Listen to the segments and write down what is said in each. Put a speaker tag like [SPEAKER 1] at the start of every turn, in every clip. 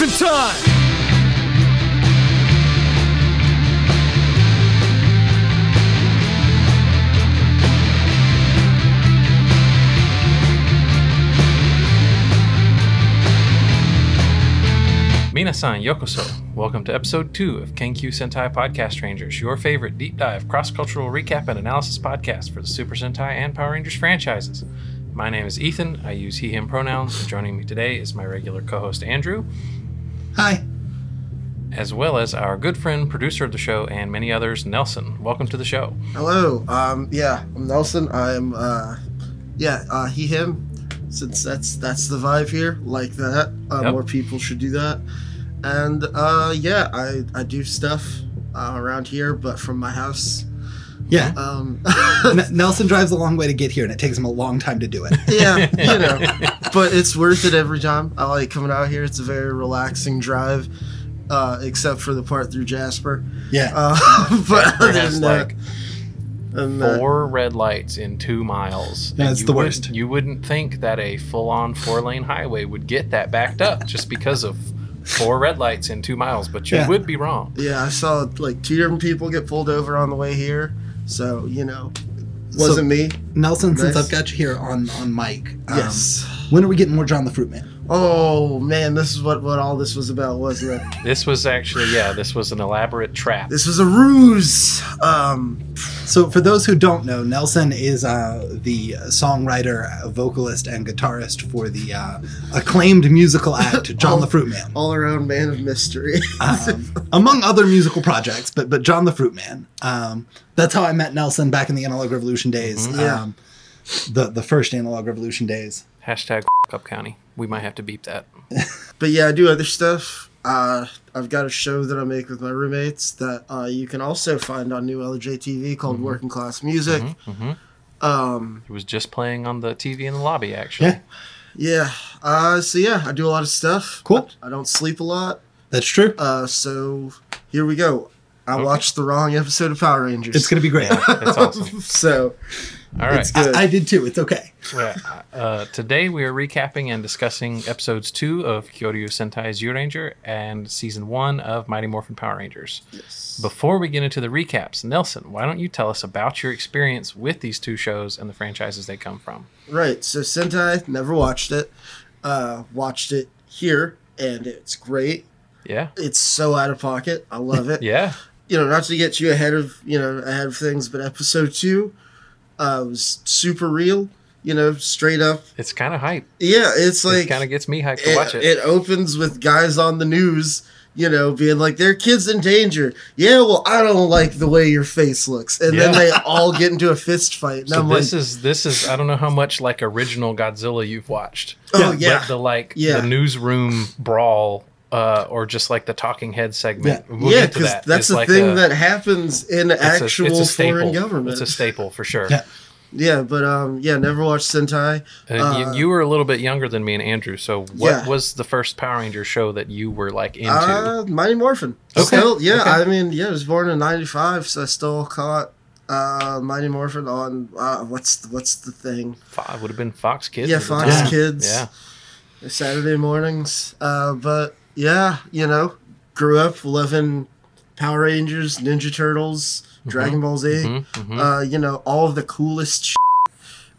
[SPEAKER 1] in time.
[SPEAKER 2] Minasan Yokoso, welcome to episode two of Kenkyu Sentai Podcast Rangers, your favorite deep dive cross cultural recap and analysis podcast for the Super Sentai and Power Rangers franchises. My name is Ethan. I use he, him pronouns. and Joining me today is my regular co host Andrew,
[SPEAKER 3] Hi.
[SPEAKER 2] as well as our good friend, producer of the show, and many others, Nelson. Welcome to the show.
[SPEAKER 3] Hello. Um. Yeah, I'm Nelson. I'm. Uh. Yeah. Uh. He. Him. Since that's that's the vibe here, like that. Uh,
[SPEAKER 2] Yep.
[SPEAKER 3] More people should do that. And uh. Yeah. I I do stuff uh, around here, but from my house.
[SPEAKER 4] Yeah.
[SPEAKER 3] Um.
[SPEAKER 4] Uh, N- Nelson drives a long way to get here, and it takes him a long time to do it.
[SPEAKER 3] yeah. You know. But it's worth it every time. I like coming out here. It's a very relaxing drive. Uh, except for the part through Jasper.
[SPEAKER 4] Yeah.
[SPEAKER 3] Uh, but
[SPEAKER 2] It
[SPEAKER 3] other
[SPEAKER 2] has
[SPEAKER 3] than that,
[SPEAKER 2] like
[SPEAKER 3] and that-
[SPEAKER 2] four red lights in two miles. and
[SPEAKER 4] Uh, That's
[SPEAKER 2] you
[SPEAKER 4] the
[SPEAKER 2] wouldn't-
[SPEAKER 4] worst.
[SPEAKER 2] You wouldn't think that a full on four lane highway would get that backed up just because of four red lights in two miles, but you
[SPEAKER 4] Yeah.
[SPEAKER 2] would be wrong.
[SPEAKER 3] Yeah, I saw like two different people get pulled over on the way here. So, you know, it
[SPEAKER 4] So-
[SPEAKER 3] wasn't me.
[SPEAKER 4] Nelson, since
[SPEAKER 3] Nice.
[SPEAKER 4] I've got you here on on mic, um,
[SPEAKER 3] Yes.
[SPEAKER 4] When are we getting more John the Fruit Man?
[SPEAKER 3] Oh man, this is what what all this was about, wasn't it?
[SPEAKER 2] This was actually, yeah, this was an elaborate trap.
[SPEAKER 3] This was a ruse. Um
[SPEAKER 4] So, for those who don't know, Nelson is uh, the songwriter, uh, vocalist, and guitarist for the uh, acclaimed musical act John the Fruit Man,
[SPEAKER 3] all around man of mystery.
[SPEAKER 4] um, among other musical projects. But but John the Fruit Man. Um, that's how I met Nelson back in the Analog Revolution days.
[SPEAKER 3] Yeah.
[SPEAKER 4] Um, the the first Analog Revolution days.
[SPEAKER 2] Hashtag Cup County. We might have to beep that.
[SPEAKER 3] but yeah, I do other stuff. Uh I've got a show that I make with my roommates that uh you can also find on new LJ TV
[SPEAKER 4] Mm-hmm.
[SPEAKER 3] called Working Class Music.
[SPEAKER 2] hmm
[SPEAKER 3] Um
[SPEAKER 2] It was just playing on the TV in the lobby, actually.
[SPEAKER 4] Yeah.
[SPEAKER 3] yeah. Uh so yeah, I do a lot of stuff.
[SPEAKER 4] Cool.
[SPEAKER 3] I don't sleep a lot.
[SPEAKER 4] That's true.
[SPEAKER 3] Uh, so here we go. I
[SPEAKER 2] Okay.
[SPEAKER 3] watched the wrong episode of Power Rangers.
[SPEAKER 4] It's gonna be great.
[SPEAKER 2] That's awesome.
[SPEAKER 3] so
[SPEAKER 2] All right.
[SPEAKER 3] it's good.
[SPEAKER 4] I, I did too. It's okay.
[SPEAKER 2] Yeah. Uh, today we are recapping and discussing episodes two of Kyoryu Sentai's Ranger and season one of Mighty Morphin Power Rangers. Before we get into the recaps, Nelson, why don't you tell us about your experience with these two shows and the franchises they come from?
[SPEAKER 3] right. So Sentai never watched it. Uh, watched it here, and it's great.
[SPEAKER 2] Yeah.
[SPEAKER 3] It's so out of pocket. I love it.
[SPEAKER 2] Yeah.
[SPEAKER 3] You know, not to get you ahead of you know ahead of things, but episode two uh, was super real. You know, straight up.
[SPEAKER 2] It's kind of hype.
[SPEAKER 3] Yeah, it's like
[SPEAKER 2] it kind of gets me hyped to
[SPEAKER 3] it,
[SPEAKER 2] watch it.
[SPEAKER 3] it opens with guys on the news, you know, being like, their kid's in danger. Yeah, well, I don't like the way your face looks. And then
[SPEAKER 2] Yeah.
[SPEAKER 3] they all get into a fist fight. And
[SPEAKER 2] so
[SPEAKER 3] I'm
[SPEAKER 2] this
[SPEAKER 3] like,
[SPEAKER 2] is this is I don't know how much like original Godzilla you've watched.
[SPEAKER 3] oh,
[SPEAKER 2] But
[SPEAKER 3] yeah.
[SPEAKER 2] the like
[SPEAKER 3] Yeah.
[SPEAKER 2] the newsroom brawl uh, or just like the talking head segment. We'll
[SPEAKER 3] yeah,
[SPEAKER 2] get to
[SPEAKER 3] because
[SPEAKER 2] that.
[SPEAKER 3] that's
[SPEAKER 2] It's
[SPEAKER 3] the
[SPEAKER 2] like
[SPEAKER 3] thing
[SPEAKER 2] a-
[SPEAKER 3] that happens in
[SPEAKER 2] it's a-
[SPEAKER 3] actual
[SPEAKER 2] it's a staple.
[SPEAKER 3] foreign
[SPEAKER 2] It's
[SPEAKER 3] government.
[SPEAKER 2] a staple for sure.
[SPEAKER 4] Yeah.
[SPEAKER 3] yeah, but um, yeah, never watched Sentai.
[SPEAKER 2] Uh, you,
[SPEAKER 3] Uh,
[SPEAKER 2] you were a little bit younger than me and Andrew, so what
[SPEAKER 3] Yeah.
[SPEAKER 2] was the first Power Ranger show that you were like into?
[SPEAKER 3] Uh, Mighty Morphin.
[SPEAKER 2] Okay.
[SPEAKER 3] Still, yeah,
[SPEAKER 2] Okay.
[SPEAKER 3] I mean, yeah, I was born in 95, so I still caught uh, Mighty Morphin on, uh, what's, the, what's the thing?
[SPEAKER 2] Fo- would have been Fox Kids.
[SPEAKER 3] yeah,
[SPEAKER 2] at the
[SPEAKER 3] Fox
[SPEAKER 2] time.
[SPEAKER 3] Kids.
[SPEAKER 2] Yeah.
[SPEAKER 3] Saturday mornings. Uh, but yeah, you know, grew up loving Power Rangers, Ninja Turtles, Dragon Ball Z.
[SPEAKER 2] Mhm, mhm.
[SPEAKER 3] Uh, you know, all of the coolest. Sh-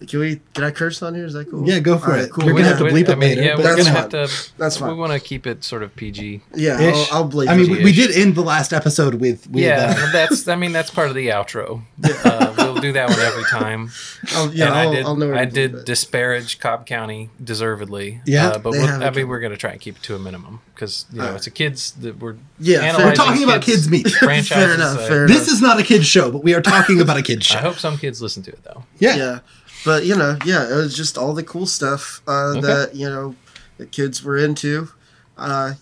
[SPEAKER 3] can we? Can I curse on here? Is that cool?
[SPEAKER 4] Yeah, go for
[SPEAKER 3] All right,
[SPEAKER 4] it.
[SPEAKER 3] cool.
[SPEAKER 4] We're
[SPEAKER 3] We
[SPEAKER 4] gonna have to
[SPEAKER 2] We-
[SPEAKER 4] bleep
[SPEAKER 2] I
[SPEAKER 4] it
[SPEAKER 2] mean,
[SPEAKER 4] later.
[SPEAKER 2] Yeah,
[SPEAKER 4] but
[SPEAKER 2] we're
[SPEAKER 3] that's
[SPEAKER 2] gonna
[SPEAKER 3] fine.
[SPEAKER 2] have to.
[SPEAKER 3] That's
[SPEAKER 2] We
[SPEAKER 3] fine.
[SPEAKER 2] want to keep it sort of PG.
[SPEAKER 3] Yeah,
[SPEAKER 4] Ish.
[SPEAKER 3] I'll, I'll believe.
[SPEAKER 4] I mean, we, we
[SPEAKER 2] Ish.
[SPEAKER 4] did end the last episode with with
[SPEAKER 2] yeah,
[SPEAKER 4] uh,
[SPEAKER 2] that's. I mean, that's part of the outro. Uh, we'll do that one every time.
[SPEAKER 3] I'll, yeah,
[SPEAKER 2] and
[SPEAKER 3] I'll,
[SPEAKER 2] I did.
[SPEAKER 3] I'll know. where to
[SPEAKER 2] I
[SPEAKER 3] bleep
[SPEAKER 2] did
[SPEAKER 3] it.
[SPEAKER 2] disparage Cobb County deservedly.
[SPEAKER 4] Yeah,
[SPEAKER 2] uh, but
[SPEAKER 3] they
[SPEAKER 2] we'll,
[SPEAKER 3] have
[SPEAKER 2] I
[SPEAKER 3] a-
[SPEAKER 2] mean, we're going to try and keep it to a minimum because you know
[SPEAKER 3] Alright.
[SPEAKER 2] it's a kids that we're
[SPEAKER 3] Yeah, fair-
[SPEAKER 2] analyzing
[SPEAKER 3] We're
[SPEAKER 4] talking about kids' meat. Fair
[SPEAKER 2] franchises.
[SPEAKER 3] fair enough.
[SPEAKER 2] so
[SPEAKER 3] fair enough.
[SPEAKER 4] uh, this is not a kids show, but we are talking about a kids
[SPEAKER 2] I
[SPEAKER 4] show.
[SPEAKER 2] hope some kids listen to it though.
[SPEAKER 4] Yeah.
[SPEAKER 3] yeah but you know yeah it was just all the cool stuff uh,
[SPEAKER 2] Okay.
[SPEAKER 3] that you know the kids were into uh,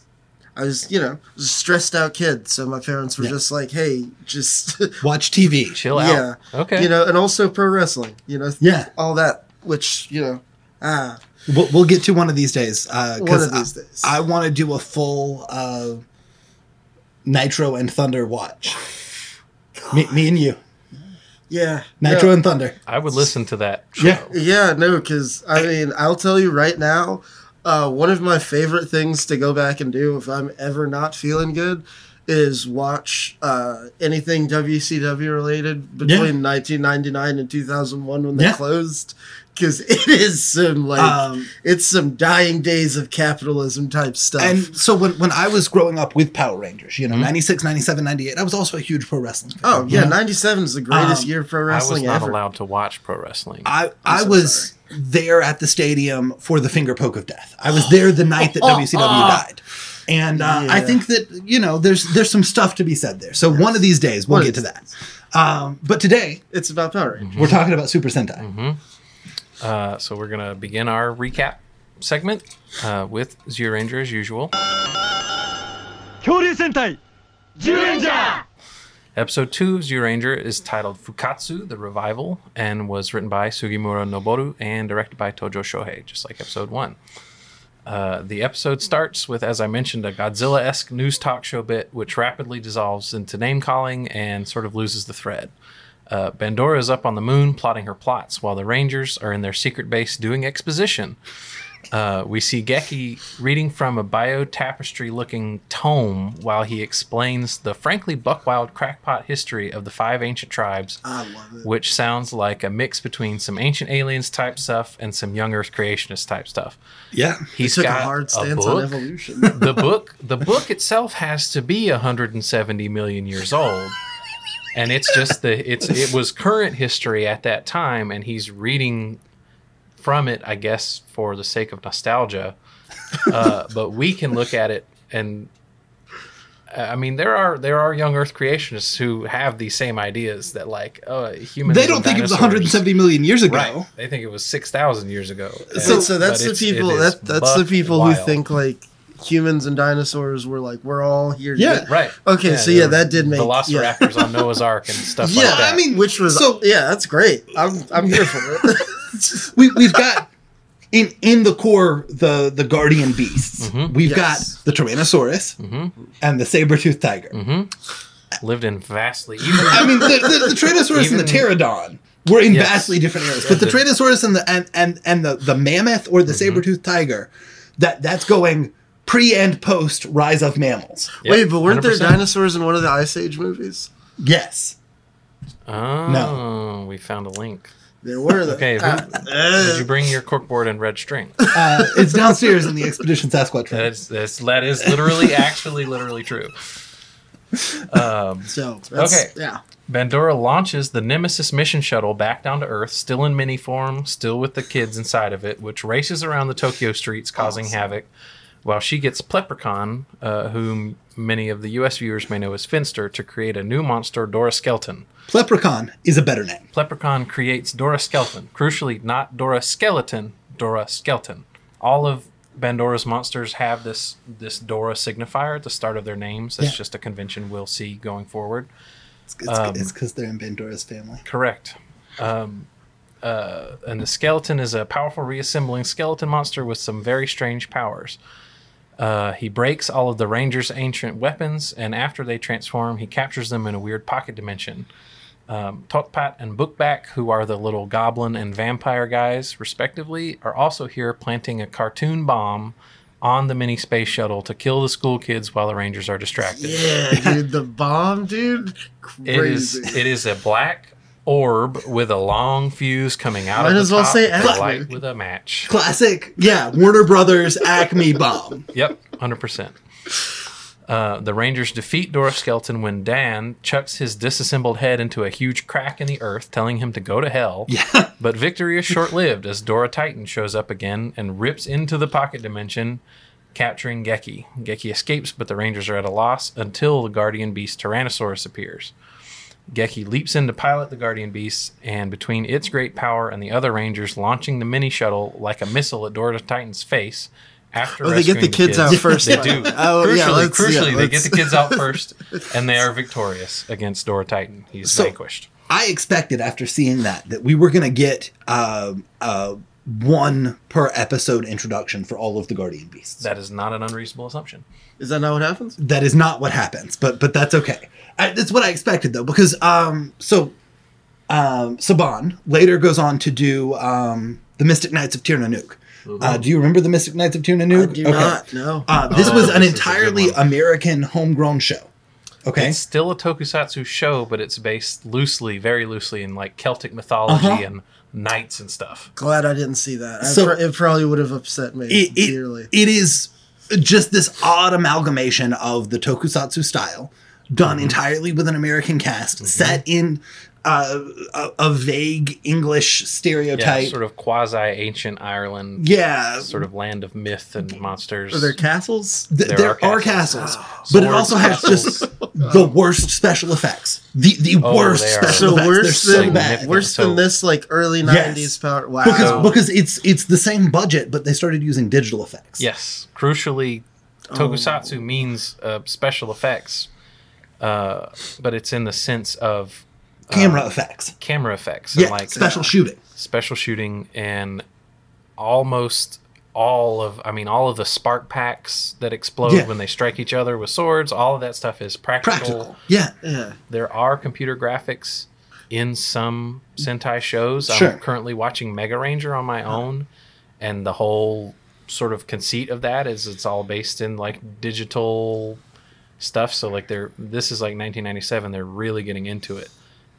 [SPEAKER 3] i was you know was a stressed out kid so my parents were
[SPEAKER 4] Yeah.
[SPEAKER 3] just like hey just
[SPEAKER 4] Watch TV.
[SPEAKER 2] Chill out.
[SPEAKER 3] Yeah.
[SPEAKER 2] Okay.
[SPEAKER 3] you know and also pro wrestling you know
[SPEAKER 4] Yeah.
[SPEAKER 3] all that which you know ah
[SPEAKER 4] We'll, we'll get to one of these days. Uh,
[SPEAKER 3] One
[SPEAKER 4] 'cause
[SPEAKER 3] of these
[SPEAKER 4] I,
[SPEAKER 3] days.
[SPEAKER 4] I want to do a full uh, Nitro and Thunder watch. Me, me and you,
[SPEAKER 3] yeah
[SPEAKER 4] Nitro
[SPEAKER 3] no.
[SPEAKER 4] and Thunder.
[SPEAKER 2] I would listen to that.
[SPEAKER 4] Yeah.
[SPEAKER 3] yeah no because i mean i'll tell you right now Uh, one of my favorite things to go back and do if I'm ever not feeling good is watch uh, anything WCW related between
[SPEAKER 4] Yeah.
[SPEAKER 3] 1999 and 2001 when they
[SPEAKER 4] Yeah.
[SPEAKER 3] closed. Because it is some like
[SPEAKER 4] Um,
[SPEAKER 3] it's some dying days of capitalism type stuff.
[SPEAKER 4] And so when, when I was growing up with Power Rangers,
[SPEAKER 3] Mm-hmm.
[SPEAKER 4] you know, 96, 97, 98, I was also a huge pro wrestling fan.
[SPEAKER 3] oh
[SPEAKER 4] you
[SPEAKER 3] yeah,
[SPEAKER 4] know?
[SPEAKER 3] 97 is the greatest
[SPEAKER 4] Um,
[SPEAKER 3] year of pro
[SPEAKER 2] I was
[SPEAKER 3] wrestling
[SPEAKER 2] not
[SPEAKER 3] ever.
[SPEAKER 2] allowed to watch pro wrestling.
[SPEAKER 4] I, I
[SPEAKER 3] so
[SPEAKER 4] was there at the stadium for the finger poke of death. I was there the night that WCW died. And uh, I
[SPEAKER 3] Yeah.
[SPEAKER 4] think that, you know, there's there's some stuff to be said there. So one of these days we'll
[SPEAKER 3] One of
[SPEAKER 4] get to
[SPEAKER 3] these
[SPEAKER 4] that. Um, but today
[SPEAKER 3] It's about Power Rangers.
[SPEAKER 2] Mm-hmm.
[SPEAKER 4] we're talking about Super Sentai.
[SPEAKER 2] Uh, so we're gonna begin our recap segment uh, with Zero Ranger as usual.
[SPEAKER 1] 恐竜戦隊ジュレンジャー
[SPEAKER 2] Episode two of Zero Ranger is titled Fukatsu: The Revival and was written by Sugimura Noboru and directed by Tojo Shohei, just like episode one. Uh, the episode starts with, as I mentioned, a Godzilla-esque news talk show bit, which rapidly dissolves into name calling and sort of loses the thread. Uh, Bandora is up on the moon plotting her plots, while the Rangers are in their secret base doing exposition. Uh, we see Geki reading from a bio tapestry looking tome while he explains the frankly buckwild crackpot history of the five ancient tribes,
[SPEAKER 3] I love it.
[SPEAKER 2] which sounds like a mix between some ancient aliens type stuff and some young Earth creationist type stuff.
[SPEAKER 4] Yeah.
[SPEAKER 2] He's
[SPEAKER 3] Took a
[SPEAKER 2] got
[SPEAKER 3] hard stance on
[SPEAKER 2] book.
[SPEAKER 3] evolution.
[SPEAKER 2] the book the book itself has to be 170 million years old. And it's just the it's it was current history at that time and he's reading from it, I guess, for the sake of nostalgia. Uh, but we can look at it and uh, I mean there are there are young earth creationists who have these same ideas that like uh humans
[SPEAKER 4] They
[SPEAKER 2] and
[SPEAKER 4] don't think it was
[SPEAKER 2] dinosaurs-
[SPEAKER 4] 170 million years ago.
[SPEAKER 2] Right. They think it was 6,000 years ago.
[SPEAKER 3] so,
[SPEAKER 2] And-
[SPEAKER 3] so that's
[SPEAKER 2] but
[SPEAKER 3] the
[SPEAKER 2] it's- it
[SPEAKER 3] people
[SPEAKER 2] is
[SPEAKER 3] that that's the
[SPEAKER 2] buck
[SPEAKER 3] people who
[SPEAKER 2] wild.
[SPEAKER 3] think like humans and dinosaurs were like we're all here.
[SPEAKER 4] Yeah.
[SPEAKER 3] together.
[SPEAKER 2] Right.
[SPEAKER 3] Okay, so yeah,
[SPEAKER 2] there were
[SPEAKER 3] that did make- yeah.
[SPEAKER 2] Velociraptors on Noah's Ark and stuff
[SPEAKER 4] Yeah,
[SPEAKER 2] like that.
[SPEAKER 4] I mean,
[SPEAKER 3] which was
[SPEAKER 4] So-
[SPEAKER 3] yeah, that's great. I'm I'm here for it.
[SPEAKER 4] we, we've got in in the core the the guardian beasts. We've
[SPEAKER 3] Yes.
[SPEAKER 4] got the Tyrannosaurus and the saber-toothed tiger.
[SPEAKER 2] Mm-hmm. lived in vastly even
[SPEAKER 4] I mean, the, the, the Tyrannosaurus
[SPEAKER 2] Even-
[SPEAKER 4] and the Pterodon were in
[SPEAKER 2] Yes. Mm-hmm.
[SPEAKER 4] vastly different eras, but the
[SPEAKER 2] the-
[SPEAKER 4] Tyrannosaurus and the and and, and the, the mammoth or the saber-toothed tiger, that that's going pre and post rise of mammals.
[SPEAKER 2] Yeah,
[SPEAKER 3] Wait, but weren't there
[SPEAKER 2] 100%.
[SPEAKER 3] dinosaurs in one of the Ice Age movies?
[SPEAKER 4] Yes.
[SPEAKER 2] Oh,
[SPEAKER 4] No.
[SPEAKER 2] we found a link.
[SPEAKER 3] There were. though. Ah,
[SPEAKER 2] Okay, who- Did you
[SPEAKER 3] uh,
[SPEAKER 2] bring your corkboard and red string?
[SPEAKER 4] Uh, it's downstairs in the Expedition Sasquatch. room.
[SPEAKER 2] That's, that's that is literally actually literally true.
[SPEAKER 3] so that's,
[SPEAKER 2] Okay.
[SPEAKER 3] yeah.
[SPEAKER 2] Bandora launches the Nemesis mission shuttle back down to Earth, still in mini form, still with the kids inside of it, which races around the Tokyo streets, causing havoc. While she gets Pleprecon, uh, whom many of the U.S. viewers may know as Finster, to create a new monster, Dora Skelton.
[SPEAKER 4] Leprechaun is a better name.
[SPEAKER 2] Pleprecon creates Dora Skelton. Crucially, not Dora Skeleton, Dora Skelton. All of Bandora's monsters have this this Dora signifier at the start of their names. That's
[SPEAKER 4] Yeah.
[SPEAKER 2] just a convention we'll see going forward. Um,
[SPEAKER 4] It's because they're in Bandora's family.
[SPEAKER 2] Correct. Um, uh, and the skeleton is a powerful reassembling skeleton monster with some very strange powers. Uh, he breaks all of the Ranger's ancient weapons, and after they transform, he captures them in a weird pocket dimension. Um, Totpat and Bookback, who are the little goblin and vampire guys, respectively, are also here planting a cartoon bomb on the mini space shuttle to kill the school kids while the Rangers are distracted.
[SPEAKER 3] Yeah, dude, the bomb, dude.
[SPEAKER 2] It is
[SPEAKER 3] Crazy.
[SPEAKER 2] it is a black orb with a long fuse coming out
[SPEAKER 3] Might
[SPEAKER 2] of the
[SPEAKER 3] as well
[SPEAKER 2] top
[SPEAKER 3] say
[SPEAKER 2] and a
[SPEAKER 3] Acme.
[SPEAKER 2] light with a match.
[SPEAKER 4] Classic, yeah, Warner Brothers Acme bomb.
[SPEAKER 2] Yep, hundred percent. Uh, the Rangers defeat Dora Skelton when Dan chucks his disassembled head into a huge crack in the earth, telling him to go to hell.
[SPEAKER 4] Yeah.
[SPEAKER 2] But victory is short lived as Dora Titan shows up again and rips into the pocket dimension, capturing Geki. Geki escapes, but the Rangers are at a loss until the guardian beast Tyrannosaurus appears. Geki leaps in to pilot the guardian beast, and between its great power and the other Rangers launching the mini shuttle like a missile at Dora Titan's face, after
[SPEAKER 3] Oh, they get
[SPEAKER 2] rescuing
[SPEAKER 3] the kids out first.
[SPEAKER 2] they
[SPEAKER 3] Yeah.
[SPEAKER 2] do.
[SPEAKER 3] Oh,
[SPEAKER 2] crucially,
[SPEAKER 3] yeah, let's- yeah,
[SPEAKER 2] crucially, they get
[SPEAKER 3] let's-
[SPEAKER 2] the kids out first, and they are victorious against Dora Titan. He's
[SPEAKER 4] So-
[SPEAKER 2] vanquished.
[SPEAKER 4] I expected after seeing that that we were going to get um, uh, one per episode introduction for all of the Guardian Beasts.
[SPEAKER 2] That is not an unreasonable assumption.
[SPEAKER 3] Is that not what happens?
[SPEAKER 4] that is not what happens, but but that's okay. I, that's what I expected though, because um, so um, Saban later goes on to do um, the Mystic Knights of Tir Nanook, Uh, do you remember the Mystic Knights of Tunanoog?
[SPEAKER 3] I do not know.
[SPEAKER 4] Uh, this
[SPEAKER 5] Mm-hmm. Oh,
[SPEAKER 4] was an
[SPEAKER 5] this is a good
[SPEAKER 4] entirely
[SPEAKER 5] one.
[SPEAKER 4] American homegrown show. Okay.
[SPEAKER 2] It's still a tokusatsu show, but it's based loosely, very loosely, in like Celtic mythology
[SPEAKER 4] Uh-huh.
[SPEAKER 2] and knights and stuff.
[SPEAKER 3] Glad I didn't see that. I
[SPEAKER 4] So-
[SPEAKER 3] pro- it probably would have upset me
[SPEAKER 4] it,
[SPEAKER 3] dearly.
[SPEAKER 4] it, it is just this odd amalgamation of the tokusatsu style
[SPEAKER 5] Mm-hmm.
[SPEAKER 4] done entirely with an american cast set in uh, a, a vague english
[SPEAKER 2] Yeah,
[SPEAKER 4] stereotype yeah,
[SPEAKER 2] sort of quasi ancient Ireland, sort of land of myth and monsters.
[SPEAKER 3] Are there castles?
[SPEAKER 4] Th-
[SPEAKER 2] There
[SPEAKER 4] there,
[SPEAKER 2] are
[SPEAKER 4] are,
[SPEAKER 2] castles.
[SPEAKER 4] castles, but it
[SPEAKER 2] Swords,
[SPEAKER 4] also has
[SPEAKER 2] castles.
[SPEAKER 4] just the worst special effects. The the
[SPEAKER 2] Oh,
[SPEAKER 4] worst
[SPEAKER 2] they are
[SPEAKER 4] special
[SPEAKER 3] So
[SPEAKER 4] effects.
[SPEAKER 3] worse
[SPEAKER 4] They're so
[SPEAKER 3] than
[SPEAKER 4] bad.
[SPEAKER 3] worse
[SPEAKER 2] So-
[SPEAKER 3] than this, like early
[SPEAKER 4] Yes.
[SPEAKER 3] '90s power. Wow.
[SPEAKER 4] Because
[SPEAKER 2] Oh.
[SPEAKER 4] because it's it's the same budget, but they started using digital effects.
[SPEAKER 2] Yes, crucially,
[SPEAKER 3] Oh.
[SPEAKER 2] tokusatsu means uh, special effects, uh, but it's in the sense of
[SPEAKER 4] Camera effects.
[SPEAKER 2] camera effects
[SPEAKER 4] Yeah.
[SPEAKER 2] and Uh, like uh,
[SPEAKER 4] special shooting.
[SPEAKER 2] special shooting and almost all of I mean all of the spark packs that explode
[SPEAKER 4] Yeah.
[SPEAKER 2] when they strike each other with swords, all of that stuff is practical.
[SPEAKER 4] Practical. Yeah.
[SPEAKER 3] yeah.
[SPEAKER 2] There are computer graphics in some Sentai shows.
[SPEAKER 4] Sure. Uh-huh.
[SPEAKER 2] I'm currently watching Mega Ranger on my own and the whole sort of conceit of that is it's all based in like digital stuff so like they're this is like 1997 they're really getting into it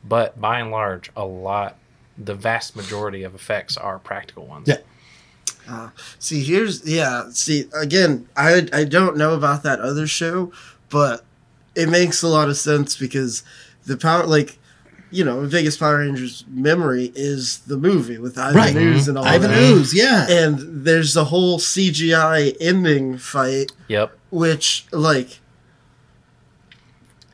[SPEAKER 2] but by and large a lot the vast majority of effects are practical ones
[SPEAKER 4] Yeah.
[SPEAKER 3] See, here's yeah. See, again, I I don't know about that other show, but it makes a lot of sense because the power, like, you know, Vegas Power Rangers memory is the movie with Ivan
[SPEAKER 4] Right.
[SPEAKER 3] Ooze and all
[SPEAKER 4] Ivan
[SPEAKER 3] that.
[SPEAKER 4] Ooze, yeah.
[SPEAKER 3] And there's a whole CGI ending fight,
[SPEAKER 2] yep
[SPEAKER 3] which like.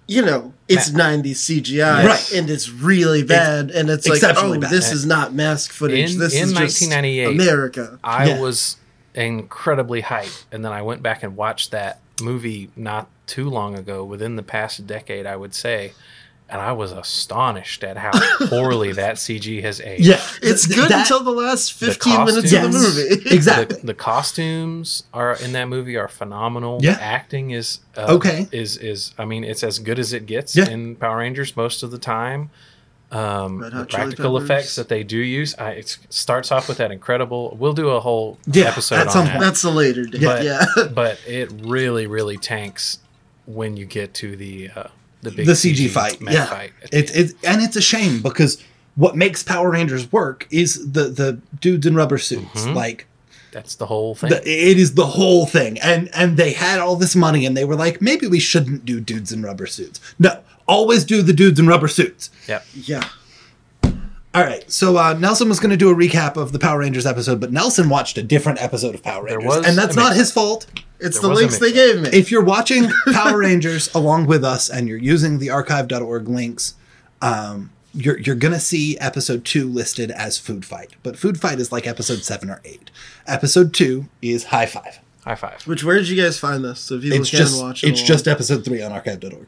[SPEAKER 3] You know, it's '90s CGI,
[SPEAKER 4] Yes. Right.
[SPEAKER 3] And it's really bad, and it's like,
[SPEAKER 4] exceptionally
[SPEAKER 3] oh,
[SPEAKER 4] bad.
[SPEAKER 3] this is not mask footage.
[SPEAKER 2] In-
[SPEAKER 3] this
[SPEAKER 2] in
[SPEAKER 3] is just
[SPEAKER 2] 1998,
[SPEAKER 3] America.
[SPEAKER 2] I
[SPEAKER 4] Yeah.
[SPEAKER 2] was incredibly hyped, and then I went back and watched that movie not too long ago, within the past decade, I would say, and I was astonished at how poorly that CG has aged.
[SPEAKER 4] Yeah.
[SPEAKER 3] It's
[SPEAKER 4] Th-
[SPEAKER 3] good
[SPEAKER 4] that-
[SPEAKER 3] until the last 15 minutes of the
[SPEAKER 4] costumes.
[SPEAKER 3] movie.
[SPEAKER 4] Exactly.
[SPEAKER 2] The, the costumes are in that movie are phenomenal.
[SPEAKER 4] Yeah.
[SPEAKER 2] Acting is uh,
[SPEAKER 4] Okay.
[SPEAKER 2] Is is I mean it's as good as it gets
[SPEAKER 4] Yeah.
[SPEAKER 2] in Power Rangers most of the time. Um,
[SPEAKER 3] Red
[SPEAKER 2] the
[SPEAKER 3] Hot Chili
[SPEAKER 2] practical
[SPEAKER 3] Peppers.
[SPEAKER 2] effects that they do use, I, it starts off with that incredible. We'll do a whole
[SPEAKER 4] Yeah,
[SPEAKER 2] episode
[SPEAKER 4] at
[SPEAKER 2] on
[SPEAKER 4] some
[SPEAKER 2] that.
[SPEAKER 4] point.
[SPEAKER 3] That's a later date.
[SPEAKER 2] but
[SPEAKER 3] yeah.
[SPEAKER 2] but it really really tanks when you get to the uh, the big
[SPEAKER 4] the CG fight.
[SPEAKER 2] mech
[SPEAKER 4] yeah,
[SPEAKER 2] fight. at the
[SPEAKER 4] It,
[SPEAKER 2] end.
[SPEAKER 4] it and it's a shame because what makes Power Rangers work is the the dudes in rubber suits.
[SPEAKER 2] Mhm.
[SPEAKER 4] Like
[SPEAKER 2] That's the whole thing.
[SPEAKER 4] the, it is the whole thing, and and they had all this money, and they were like, maybe we shouldn't do dudes in rubber suits. No, always do the dudes in rubber suits.
[SPEAKER 2] yep.
[SPEAKER 3] yeah.
[SPEAKER 4] All right, so uh, Nelson was going to do a recap of the Power Rangers episode, but Nelson watched a different episode of Power Rangers,
[SPEAKER 2] was
[SPEAKER 4] and that's
[SPEAKER 2] a
[SPEAKER 4] not
[SPEAKER 2] mix-
[SPEAKER 4] his fault.
[SPEAKER 3] It's
[SPEAKER 2] There
[SPEAKER 3] the
[SPEAKER 2] was a
[SPEAKER 3] links they
[SPEAKER 2] mix-up.
[SPEAKER 3] gave me.
[SPEAKER 4] If you're watching Power Rangers along with us and you're using the archive.org links, um, you're, you're going to see episode two listed as Food Fight. But Food Fight is like episode seven or eight. Episode two is High Five.
[SPEAKER 2] High five.
[SPEAKER 3] Which, where did you guys find this? So people
[SPEAKER 4] It's
[SPEAKER 3] can
[SPEAKER 4] just
[SPEAKER 3] watch it.
[SPEAKER 4] it's
[SPEAKER 3] along.
[SPEAKER 4] just episode three on archive.org.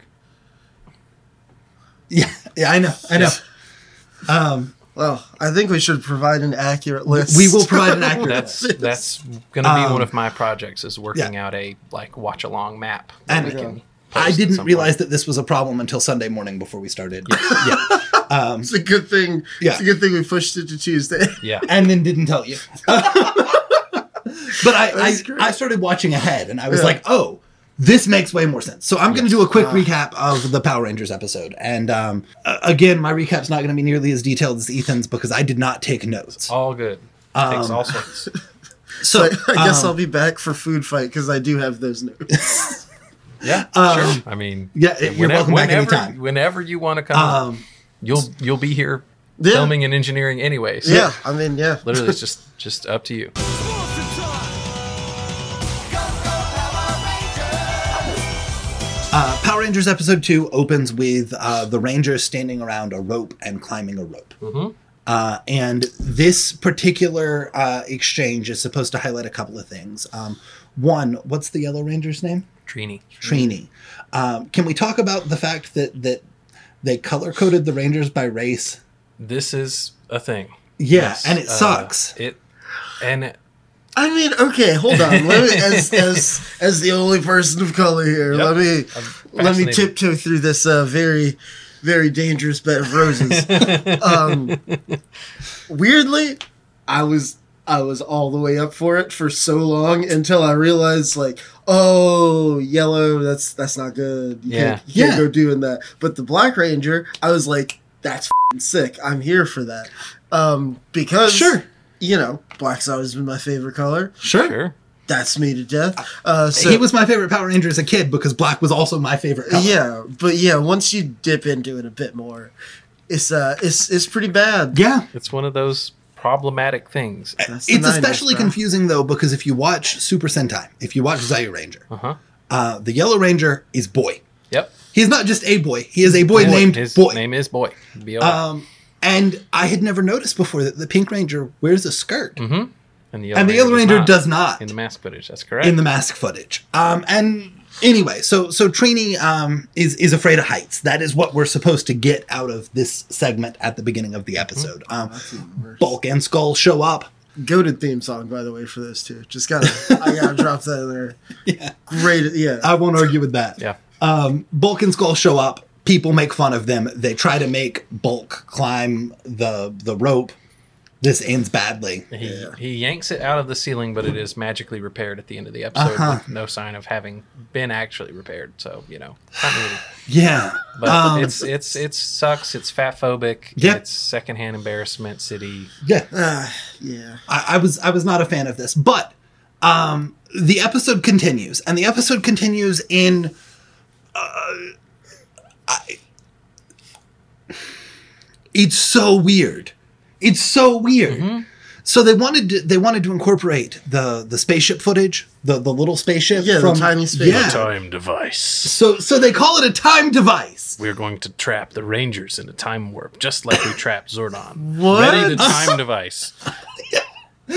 [SPEAKER 4] Yeah, yeah, I know, I know.
[SPEAKER 3] Well, I think we should provide an accurate list.
[SPEAKER 4] We will provide an accurate
[SPEAKER 2] That's
[SPEAKER 4] list.
[SPEAKER 2] that's gonna be
[SPEAKER 4] Um,
[SPEAKER 2] one of my projects is working out a like watch along map. that
[SPEAKER 4] And
[SPEAKER 2] we can
[SPEAKER 4] I
[SPEAKER 2] post at
[SPEAKER 4] didn't
[SPEAKER 2] some
[SPEAKER 4] realize
[SPEAKER 2] point.
[SPEAKER 4] that this was a problem until Sunday morning before we started.
[SPEAKER 3] It's a good thing.
[SPEAKER 4] Yeah.
[SPEAKER 3] It's a good thing we pushed it to Tuesday.
[SPEAKER 2] Yeah.
[SPEAKER 4] and then didn't tell you. but I,
[SPEAKER 3] That's great.
[SPEAKER 4] I, I started watching ahead and I was
[SPEAKER 3] Yeah.
[SPEAKER 4] like, oh, this makes way more sense. So I'm going to do a quick recap of the Power Rangers episode. And um, a- again, my recap's not going to be nearly as detailed as Ethan's because I did not take notes.
[SPEAKER 2] All good. Takes
[SPEAKER 4] Um,
[SPEAKER 2] all sorts.
[SPEAKER 4] So
[SPEAKER 3] I guess
[SPEAKER 4] um,
[SPEAKER 3] I'll be back for food fight because I do have those notes.
[SPEAKER 2] Yeah.
[SPEAKER 4] um,
[SPEAKER 2] sure. I mean.
[SPEAKER 4] yeah, you're welcome back anytime.
[SPEAKER 2] Whenever you want to come,
[SPEAKER 4] Um,
[SPEAKER 2] you'll you'll be here
[SPEAKER 3] Yeah.
[SPEAKER 2] filming and engineering anyway. So
[SPEAKER 3] yeah. I mean, yeah.
[SPEAKER 2] Literally, it's just just up to you.
[SPEAKER 4] Uh, Power Rangers episode two opens with uh, the Rangers standing around a rope and climbing a rope. Uh, and this particular uh, exchange is supposed to highlight a couple of things. Um, one, what's the Yellow Ranger's name?
[SPEAKER 2] Trini.
[SPEAKER 4] Trini. Um, can we talk about the fact that that they color coded the Rangers by race?
[SPEAKER 2] This is a thing.
[SPEAKER 4] Yeah,
[SPEAKER 2] Yes,
[SPEAKER 4] and it
[SPEAKER 2] uh,
[SPEAKER 4] sucks.
[SPEAKER 2] It and it,
[SPEAKER 3] I mean, okay, hold on. Let me, as as as the only person of color here,
[SPEAKER 2] Yep.
[SPEAKER 3] let me let me
[SPEAKER 2] fascinated.
[SPEAKER 3] tiptoe through this uh, very very dangerous bed of roses. um, weirdly, I was I was all the way up for it for so long until I realized like, oh, yellow, that's that's not good. You
[SPEAKER 2] Yeah.
[SPEAKER 3] can't, you can't
[SPEAKER 4] Yeah.
[SPEAKER 3] go doing that. But the Black Ranger, I was like, that's fing sick. I'm here for that. Um, because
[SPEAKER 4] Sure.
[SPEAKER 3] you know, black's always been my favorite color.
[SPEAKER 4] Sure.
[SPEAKER 2] Sure.
[SPEAKER 3] That's me to death. Uh, so
[SPEAKER 4] he was my favorite Power Ranger as a kid because black was also my favorite color.
[SPEAKER 3] yeah, but yeah, once you dip into it a bit more, it's uh, it's it's pretty bad.
[SPEAKER 4] Yeah.
[SPEAKER 2] It's one of those problematic things.
[SPEAKER 3] That's the
[SPEAKER 4] It's
[SPEAKER 3] 90s,
[SPEAKER 4] especially
[SPEAKER 3] bro.
[SPEAKER 4] confusing though because if you watch Super Sentai, if you watch Zayu Ranger,
[SPEAKER 2] Uh huh.
[SPEAKER 4] uh, the Yellow Ranger is boy.
[SPEAKER 2] Yep.
[SPEAKER 4] He's not just a boy. He is a boy, named
[SPEAKER 2] His
[SPEAKER 4] Boy.
[SPEAKER 2] name is Boy. B O Y.
[SPEAKER 4] Um, and I had never noticed before that the Pink Ranger wears a skirt,
[SPEAKER 2] and the
[SPEAKER 4] and the Yellow Ranger does
[SPEAKER 2] Mm-hmm. not
[SPEAKER 4] not
[SPEAKER 2] in the
[SPEAKER 4] in
[SPEAKER 2] mask footage. That's correct.
[SPEAKER 4] the, mask footage. Um, and anyway, so so Trini um, is is afraid of heights. That is what we're supposed to get out of this segment at the beginning
[SPEAKER 2] Mm-hmm.
[SPEAKER 4] of the episode. Um, Bulk and Skull show up.
[SPEAKER 3] goaded theme song by the way for those two. Just gotta I gotta drop that in there.
[SPEAKER 4] Yeah.
[SPEAKER 3] Great, yeah.
[SPEAKER 4] I won't argue with that.
[SPEAKER 2] yeah.
[SPEAKER 4] um, Bulk and Skull show up. People make fun of them. They try to make Bulk climb the the rope. This ends badly.
[SPEAKER 2] He he yanks it out of the ceiling, but it is magically repaired at the end of the episode
[SPEAKER 4] Uh-huh.
[SPEAKER 2] with no sign of having been actually repaired. So you know, continuity.
[SPEAKER 4] Yeah,
[SPEAKER 2] But
[SPEAKER 4] Um,
[SPEAKER 2] it's it's it sucks. It's fat phobic.
[SPEAKER 4] Yeah.
[SPEAKER 2] It's secondhand embarrassment city.
[SPEAKER 4] yeah.
[SPEAKER 3] Ah, yeah.
[SPEAKER 4] I, I was I was not a fan of this, but um, the episode continues, and the episode continues in. Uh, I, it's so weird. It's so weird.
[SPEAKER 2] Mm-hmm.
[SPEAKER 4] So they wanted to, they wanted to incorporate the the spaceship footage, the the little spaceship,
[SPEAKER 3] Yeah, the tiny spaceship.
[SPEAKER 4] yeah.
[SPEAKER 2] Time device.
[SPEAKER 4] So so they call it a time device.
[SPEAKER 2] We're going to trap the Rangers in a time warp, just like we trapped Zordon.
[SPEAKER 3] What?
[SPEAKER 2] Ready to time device.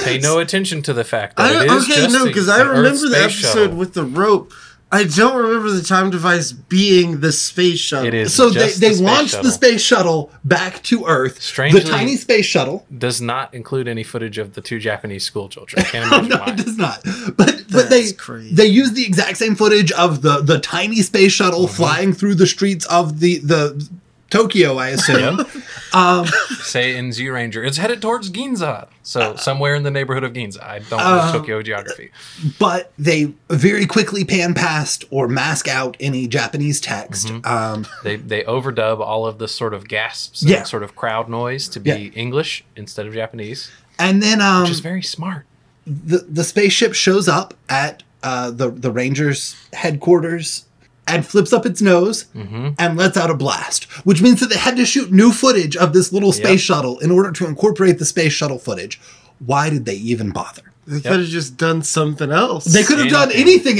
[SPEAKER 2] Pay no attention to the fact that
[SPEAKER 3] I
[SPEAKER 2] it is
[SPEAKER 3] don't, okay,
[SPEAKER 2] just
[SPEAKER 3] no,
[SPEAKER 2] a-
[SPEAKER 3] because I
[SPEAKER 2] an Earth
[SPEAKER 3] remember the
[SPEAKER 2] space
[SPEAKER 3] episode
[SPEAKER 2] shuttle.
[SPEAKER 3] with the rope. I don't remember the time device being the space shuttle.
[SPEAKER 2] It is
[SPEAKER 4] So they,
[SPEAKER 2] just
[SPEAKER 4] they
[SPEAKER 2] the space
[SPEAKER 4] launched
[SPEAKER 2] shuttle.
[SPEAKER 4] the space shuttle back to Earth.
[SPEAKER 2] Strangely-
[SPEAKER 4] the tiny space shuttle.
[SPEAKER 2] does not include any footage of the two Japanese school children. Can't imagine
[SPEAKER 4] No,
[SPEAKER 2] why.
[SPEAKER 4] it does not. But but they
[SPEAKER 3] That's crazy.
[SPEAKER 4] they use the exact same footage of the the tiny space shuttle
[SPEAKER 2] Mm-hmm.
[SPEAKER 4] flying through the streets of the the Tokyo, I assume. Um,
[SPEAKER 2] Say in Z Ranger, it's headed towards Ginza. So somewhere in the neighborhood of Ginza. I don't know Tokyo geography.
[SPEAKER 4] but they very quickly pan past or mask out any Japanese text.
[SPEAKER 2] Mm-hmm.
[SPEAKER 4] Um,
[SPEAKER 2] They they overdub all of the sort of gasps
[SPEAKER 4] Yeah.
[SPEAKER 2] and sort of crowd noise to be
[SPEAKER 4] Yeah.
[SPEAKER 2] English instead of Japanese,
[SPEAKER 4] and then um,
[SPEAKER 2] which is very smart.
[SPEAKER 4] the the spaceship shows up at uh, the the Rangers headquarters and flips up its nose
[SPEAKER 2] Mm-hmm.
[SPEAKER 4] and lets out a blast, which means that they had to shoot new footage of this little space
[SPEAKER 2] Yep.
[SPEAKER 4] shuttle in order to incorporate the space shuttle footage. Why did they even bother?
[SPEAKER 3] They could have just done something else.
[SPEAKER 4] They could have done
[SPEAKER 2] Anything.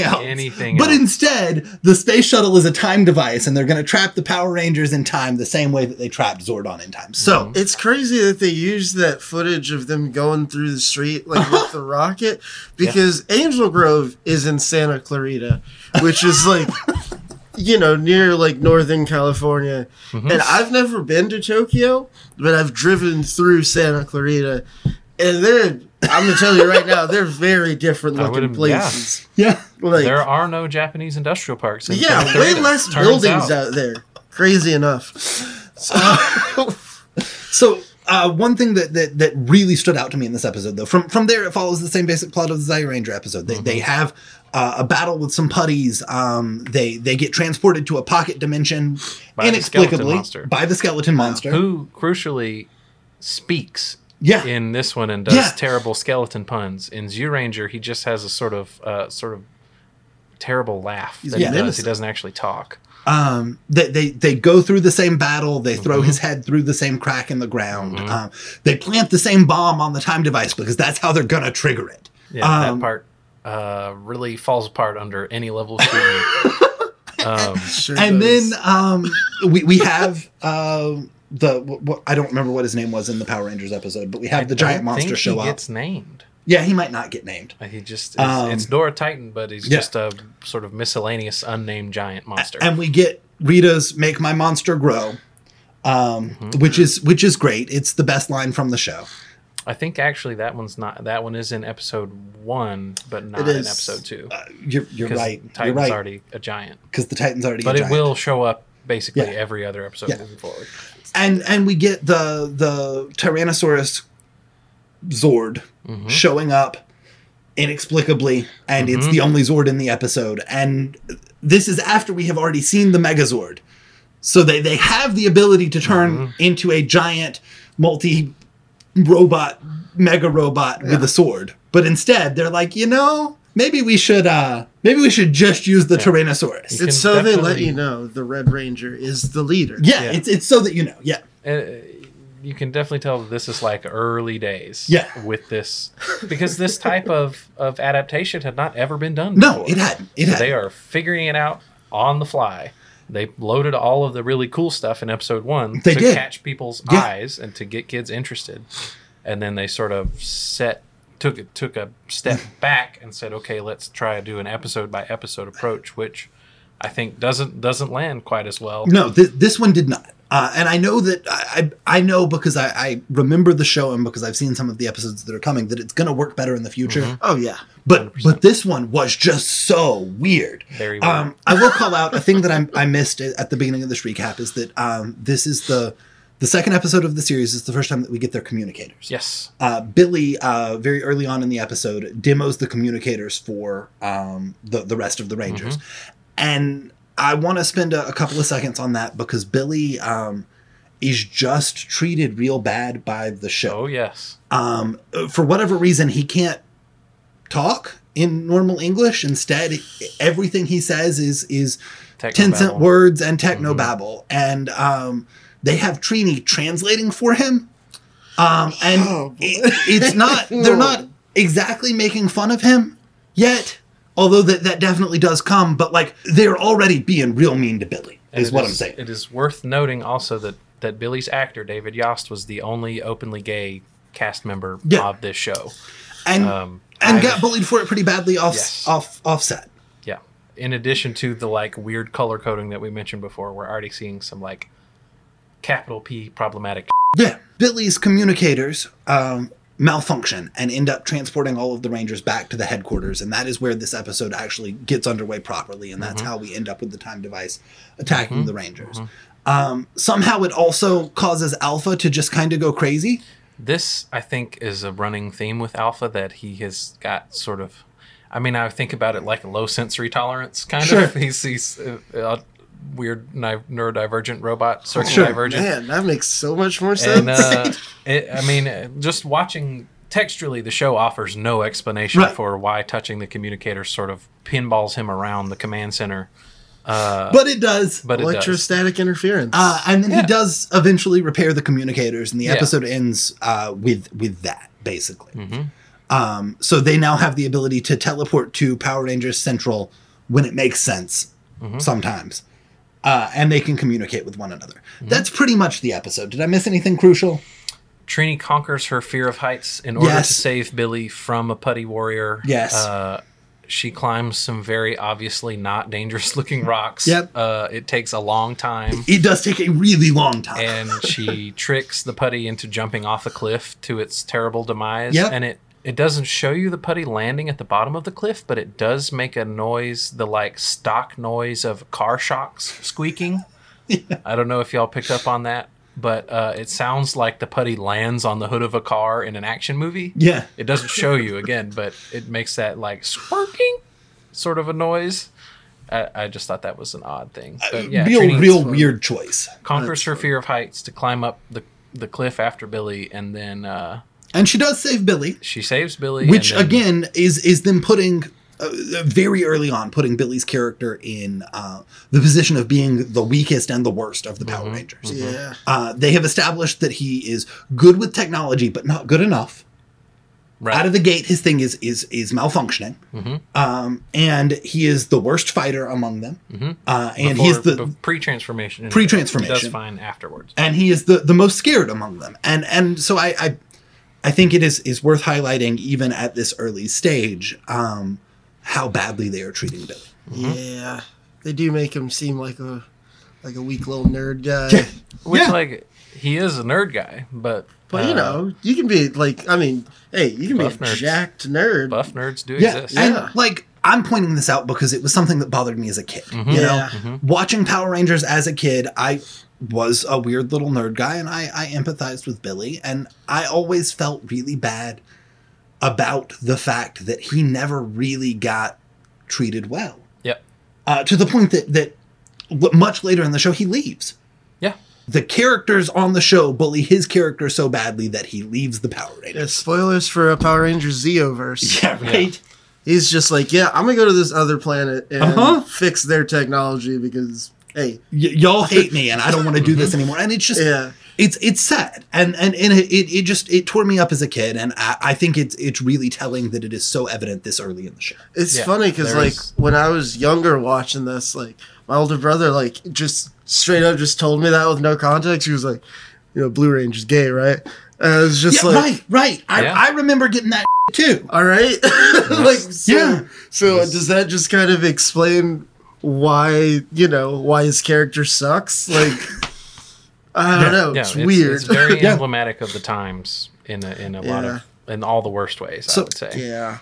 [SPEAKER 4] anything else.
[SPEAKER 2] Anything
[SPEAKER 4] But
[SPEAKER 2] else.
[SPEAKER 4] instead, the space shuttle is a time device and they're going to trap the Power Rangers in time the same way that they trapped Zordon in time. So,
[SPEAKER 2] Mm-hmm.
[SPEAKER 3] It's crazy that they used that footage of them going through the street like with the rocket because Angel Grove is in Santa Clarita, which is like you know near like northern California.
[SPEAKER 2] Mm-hmm.
[SPEAKER 3] And I've never been to Tokyo, but I've driven through Santa Clarita and they're I'm going to tell you right now, they're very different
[SPEAKER 2] I would've-
[SPEAKER 3] looking
[SPEAKER 2] yeah.
[SPEAKER 3] places.
[SPEAKER 4] yeah.
[SPEAKER 3] Like
[SPEAKER 2] There are no Japanese industrial parks. In
[SPEAKER 3] yeah,
[SPEAKER 2] Santa
[SPEAKER 3] way
[SPEAKER 2] Clarita,
[SPEAKER 3] less
[SPEAKER 2] turns out.
[SPEAKER 3] buildings out. there. Crazy enough. So-
[SPEAKER 4] So uh, one thing that, that that really stood out to me in this episode, though, from from there it follows the same basic plot of the Zyranger Ranger episode. They, they
[SPEAKER 2] Mm-hmm.
[SPEAKER 4] have uh, a battle with some putties. Um, they they get transported to a pocket dimension
[SPEAKER 2] By the skeleton
[SPEAKER 4] inexplicably
[SPEAKER 2] monster.
[SPEAKER 4] by the skeleton monster.
[SPEAKER 2] Who crucially speaks
[SPEAKER 4] Yeah,
[SPEAKER 2] in this one and does
[SPEAKER 4] Yeah.
[SPEAKER 2] terrible skeleton puns. In Zoo Ranger, he just has a sort of uh, sort of terrible laugh that
[SPEAKER 4] Yeah.
[SPEAKER 2] he does. He
[SPEAKER 3] menacing.
[SPEAKER 2] doesn't actually talk.
[SPEAKER 4] um, they, they they go through the same battle. They
[SPEAKER 2] Mm-hmm.
[SPEAKER 4] throw his head through the same crack in the ground. Um, they plant the same bomb on the time device because that's how they're gonna trigger it.
[SPEAKER 2] Yeah,
[SPEAKER 4] Um,
[SPEAKER 2] that part uh, really falls apart under any level of scrutiny. um,
[SPEAKER 3] Sure
[SPEAKER 4] and
[SPEAKER 3] does.
[SPEAKER 4] then um, we we have uh, the what, what, I don't remember what his name was in the Power Rangers episode, but we have the giant
[SPEAKER 2] I don't
[SPEAKER 4] monster
[SPEAKER 2] think
[SPEAKER 4] show
[SPEAKER 2] he
[SPEAKER 4] up.
[SPEAKER 2] Gets named.
[SPEAKER 4] yeah, he might not get named.
[SPEAKER 2] He just it's,
[SPEAKER 4] Um,
[SPEAKER 2] it's Dora Titan, but he's
[SPEAKER 4] yeah.
[SPEAKER 2] just a sort of miscellaneous unnamed giant monster.
[SPEAKER 4] And we get Rita's "Make My Monster Grow," um,
[SPEAKER 2] Mm-hmm.
[SPEAKER 4] which is which is great. It's the best line from the show.
[SPEAKER 2] I think actually that one's not that one is in episode one, but not in
[SPEAKER 3] is.
[SPEAKER 2] episode two.
[SPEAKER 4] You're you're
[SPEAKER 2] Because
[SPEAKER 4] Uh, right.
[SPEAKER 2] Titan's
[SPEAKER 4] you're right.
[SPEAKER 2] already a giant.
[SPEAKER 4] Because the Titans already.
[SPEAKER 2] But
[SPEAKER 4] a
[SPEAKER 2] it
[SPEAKER 4] giant.
[SPEAKER 2] will show up basically
[SPEAKER 4] Yeah.
[SPEAKER 2] every other episode
[SPEAKER 4] Yeah.
[SPEAKER 2] moving forward.
[SPEAKER 4] And and we get the the Tyrannosaurus Zord
[SPEAKER 2] Mm-hmm.
[SPEAKER 4] showing up inexplicably, and it's
[SPEAKER 2] Mm-hmm.
[SPEAKER 4] the only Zord in the episode. And this is after we have already seen the Megazord. So they, they have the ability to turn
[SPEAKER 2] Mm-hmm.
[SPEAKER 4] into a giant multi robot, mega robot with a sword. But instead, they're like, you know, maybe we should uh maybe we should just use the Tyrannosaurus.
[SPEAKER 2] You
[SPEAKER 3] It's
[SPEAKER 2] can
[SPEAKER 3] so they let
[SPEAKER 2] definitely-
[SPEAKER 3] you know the Red Ranger is the leader.
[SPEAKER 4] Yeah,
[SPEAKER 2] Yeah.
[SPEAKER 4] it's it's so that you know. Yeah.
[SPEAKER 2] uh, you can definitely tell that this is like early days
[SPEAKER 4] Yeah.
[SPEAKER 2] with this because this type of, of adaptation had not ever been done
[SPEAKER 4] No,
[SPEAKER 2] before.
[SPEAKER 4] it hadn't. It hadn't.
[SPEAKER 2] they are figuring it out on the fly they loaded all of the really cool stuff in episode one
[SPEAKER 4] They
[SPEAKER 2] to
[SPEAKER 4] did.
[SPEAKER 2] catch people's
[SPEAKER 4] Yeah.
[SPEAKER 2] eyes and to get kids interested and then they sort of set took it took a step back and said okay let's try to do an episode by episode approach which i think doesn't doesn't land quite as well
[SPEAKER 4] No, th- this one did not. Uh, and I know that I I, I know because I, I remember the show and because I've seen some of the episodes that are coming that it's gonna work better in the future.
[SPEAKER 3] Oh yeah.
[SPEAKER 4] But but this one was just so weird.
[SPEAKER 2] Very weird.
[SPEAKER 4] Um, I will call out a thing that I, I missed at the beginning of this recap is that um, this is the the second episode of the series is the first time that we get their communicators.
[SPEAKER 2] yes
[SPEAKER 4] uh, Billy, uh, very early on in the episode, demos the communicators for um, the the rest of the Rangers, and I want to spend a, a couple of seconds on that because Billy um, is just treated real bad by the show.
[SPEAKER 2] oh yes
[SPEAKER 4] Um, for whatever reason, he can't talk in normal English. Instead, everything he says is is ten cent
[SPEAKER 2] Technobabble. Mm-hmm.
[SPEAKER 4] words and techno babble, and um, they have Trini translating for him. Um, and
[SPEAKER 3] Oh, boy.
[SPEAKER 4] it- it's not they're not exactly making fun of him yet, although that that definitely does come. But like they're already being real mean to Billy,
[SPEAKER 2] And
[SPEAKER 4] is
[SPEAKER 2] it
[SPEAKER 4] what I'm saying.
[SPEAKER 2] It is worth noting also that that Billy's actor David Yost was the only openly gay cast member
[SPEAKER 4] Yeah.
[SPEAKER 2] of this show.
[SPEAKER 4] and
[SPEAKER 2] Um,
[SPEAKER 4] and
[SPEAKER 2] I-
[SPEAKER 4] got bullied for it pretty badly off
[SPEAKER 2] Yes.
[SPEAKER 4] off offset.
[SPEAKER 2] Yeah. In addition to the like weird color coding that we mentioned before, we're already seeing some like capital P problematic.
[SPEAKER 4] Yeah, Billy's communicators um, malfunction and end up transporting all of the Rangers back to the headquarters, and that is where this episode actually gets underway properly, and
[SPEAKER 2] Mm-hmm.
[SPEAKER 4] that's how we end up with the time device attacking the Rangers. Um, somehow, it also causes Alpha to just kind of go crazy.
[SPEAKER 2] This I think is a running theme with Alpha that he has got sort of. I mean, I think about it like a low sensory tolerance kind
[SPEAKER 4] Sure.
[SPEAKER 2] of. He's, he's a, a weird ni- neurodivergent robot, circle
[SPEAKER 4] Sure.
[SPEAKER 2] divergent.
[SPEAKER 3] Man, that makes so much more sense.
[SPEAKER 2] and uh, it, I mean, uh, just watching textually, the show offers no explanation
[SPEAKER 4] Right.
[SPEAKER 2] for why touching the communicator sort of pinballs him around the command center,
[SPEAKER 4] but it does.
[SPEAKER 2] Uh, but it does. Ah,
[SPEAKER 3] Electrostatic interference.
[SPEAKER 4] Uh, and then
[SPEAKER 2] Yeah.
[SPEAKER 4] he does eventually repair the communicators, and the
[SPEAKER 2] Yeah.
[SPEAKER 4] episode ends uh, with with that basically.
[SPEAKER 2] Mm-hmm.
[SPEAKER 4] Um, so they now have the ability to teleport to Power Rangers Central when it makes sense,
[SPEAKER 2] Mm-hmm.
[SPEAKER 4] sometimes, uh, and they can communicate with one another.
[SPEAKER 2] Mm-hmm.
[SPEAKER 4] That's pretty much the episode. Did I miss anything crucial?
[SPEAKER 2] Trini conquers her fear of heights in order
[SPEAKER 4] Yes.
[SPEAKER 2] to save Billy from a putty warrior.
[SPEAKER 4] Yes.
[SPEAKER 2] Uh, she climbs some very obviously not dangerous looking rocks.
[SPEAKER 4] Yep.
[SPEAKER 2] Uh, it takes a long time.
[SPEAKER 4] It does take a really long time.
[SPEAKER 2] and she tricks the putty into jumping off a cliff to its terrible demise.
[SPEAKER 4] Yep.
[SPEAKER 2] And it it doesn't show you the putty landing at the bottom of the cliff, but it does make a noise, the like stock noise of car shocks squeaking. I don't know if y'all picked up on that, but uh, it sounds like the putty lands on the hood of a car in an action movie.
[SPEAKER 4] yeah.
[SPEAKER 2] It doesn't show you again, but it makes that like squirting sort of a noise. I, I just thought that was an odd thing. But yeah,
[SPEAKER 4] Uh, real,
[SPEAKER 2] Trini-
[SPEAKER 4] real weird choice.
[SPEAKER 2] conquers her fear of heights to climb up the the cliff after Billy, and then uh,
[SPEAKER 4] And she does save Billy,
[SPEAKER 2] she saves Billy.
[SPEAKER 4] which
[SPEAKER 2] and then-
[SPEAKER 4] again is is them putting uh, very early on putting Billy's character in uh, the position of being the weakest and the worst of the Power
[SPEAKER 2] Mm-hmm.
[SPEAKER 4] Rangers.
[SPEAKER 3] yeah.
[SPEAKER 4] Uh, they have established that he is good with technology, but not good enough.
[SPEAKER 2] right.
[SPEAKER 4] Out of the gate, his thing is is is malfunctioning,
[SPEAKER 2] Mm-hmm.
[SPEAKER 4] um, and he is the worst fighter among them. Uh, and
[SPEAKER 2] Mm-hmm. before-
[SPEAKER 4] he's the
[SPEAKER 2] be- pre-transformation. and
[SPEAKER 4] Pre-transformation.
[SPEAKER 2] does fine afterwards.
[SPEAKER 4] and he is the the most scared among them. And and so I I, I think it is is worth highlighting even at this early stage um, how badly they are treating Billy.
[SPEAKER 2] mm-hmm.
[SPEAKER 3] Yeah. They do make him seem like a like a weak little nerd guy.
[SPEAKER 2] Which
[SPEAKER 4] Yeah.
[SPEAKER 2] like he is a nerd guy, but
[SPEAKER 3] But
[SPEAKER 2] uh,
[SPEAKER 3] you know, you can be like I mean, hey, you can be a
[SPEAKER 2] Buff nerds.
[SPEAKER 3] jacked nerd.
[SPEAKER 2] buff nerds do
[SPEAKER 4] Yeah,
[SPEAKER 2] exist.
[SPEAKER 4] and
[SPEAKER 3] Yeah.
[SPEAKER 4] like I'm pointing this out because it was something that bothered me as a kid. You know,
[SPEAKER 3] Yeah.
[SPEAKER 4] watching Power Rangers as a kid, I was a weird little nerd guy, and I, I empathized with Billy. And I always felt really bad about the fact that he never really got treated well.
[SPEAKER 2] Yep.
[SPEAKER 4] Uh, to the point that, that w- much later in the show, he leaves.
[SPEAKER 2] Yeah.
[SPEAKER 4] The characters on the show bully his character so badly that he leaves the Power
[SPEAKER 3] Yeah,
[SPEAKER 4] Rangers.
[SPEAKER 3] spoilers for a Power Rangers Zeoverse.
[SPEAKER 4] Yeah, right?
[SPEAKER 3] He's just like, yeah, I'm gonna go to this other planet and
[SPEAKER 4] Uh-huh.
[SPEAKER 3] fix their technology because hey,
[SPEAKER 4] Y- y'all hate me, and I don't want to do this anymore. And it's just.
[SPEAKER 3] yeah,
[SPEAKER 4] it's it's sad and and, and it, it it just it tore me up as a kid and I, I think it's it's really telling that it is so evident this early in the show
[SPEAKER 3] it's
[SPEAKER 2] Yeah,
[SPEAKER 3] funny 'cause funny because
[SPEAKER 2] there
[SPEAKER 3] like
[SPEAKER 2] is-
[SPEAKER 3] when I was younger watching this, like my older brother like just straight up just told me that with no context. He was like, you know, Blue Ranger's gay, right? And I was just
[SPEAKER 4] yeah
[SPEAKER 3] like,
[SPEAKER 4] right right I,
[SPEAKER 2] Yeah.
[SPEAKER 4] I remember getting that too
[SPEAKER 3] all right, like so,
[SPEAKER 4] Yeah.
[SPEAKER 3] So does that just kind of explain why you know why his character sucks? Like I don't know,
[SPEAKER 2] Yeah,
[SPEAKER 3] it's, weird.
[SPEAKER 2] It's very
[SPEAKER 4] Oh, Yeah.
[SPEAKER 2] emblematic of the times in a, in a lot of in all the worst ways.
[SPEAKER 4] So-
[SPEAKER 2] I would say.
[SPEAKER 3] yeah.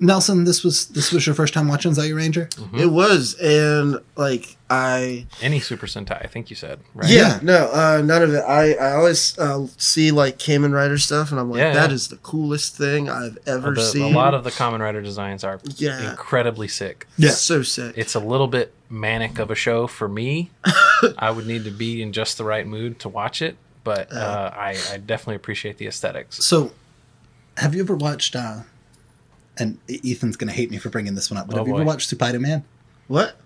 [SPEAKER 4] Nelson this was this was your first time watching Zayu Ranger
[SPEAKER 3] It was, and like I,
[SPEAKER 2] Any Super Sentai, I think you said. Right?
[SPEAKER 3] yeah, no, uh, none of it. I, I always uh, see like Kamen Rider stuff, and I'm like,
[SPEAKER 2] Yeah,
[SPEAKER 3] that
[SPEAKER 2] yeah.
[SPEAKER 3] is the coolest thing I've
[SPEAKER 2] Uh,
[SPEAKER 3] ever
[SPEAKER 2] the- a
[SPEAKER 3] seen.
[SPEAKER 2] lot of the Common Rider designs are
[SPEAKER 3] Yeah.
[SPEAKER 2] incredibly sick.
[SPEAKER 4] yeah
[SPEAKER 3] so sick.
[SPEAKER 2] It's a little bit manic of a show for me. I would need to be in just the right mood to watch it, but uh, I, I definitely appreciate the aesthetics.
[SPEAKER 4] so have you ever watched uh and E, Ethan's gonna hate me for bringing this one up but
[SPEAKER 2] Oh,
[SPEAKER 4] have you ever
[SPEAKER 2] boy.
[SPEAKER 4] watched Spider Man
[SPEAKER 3] what?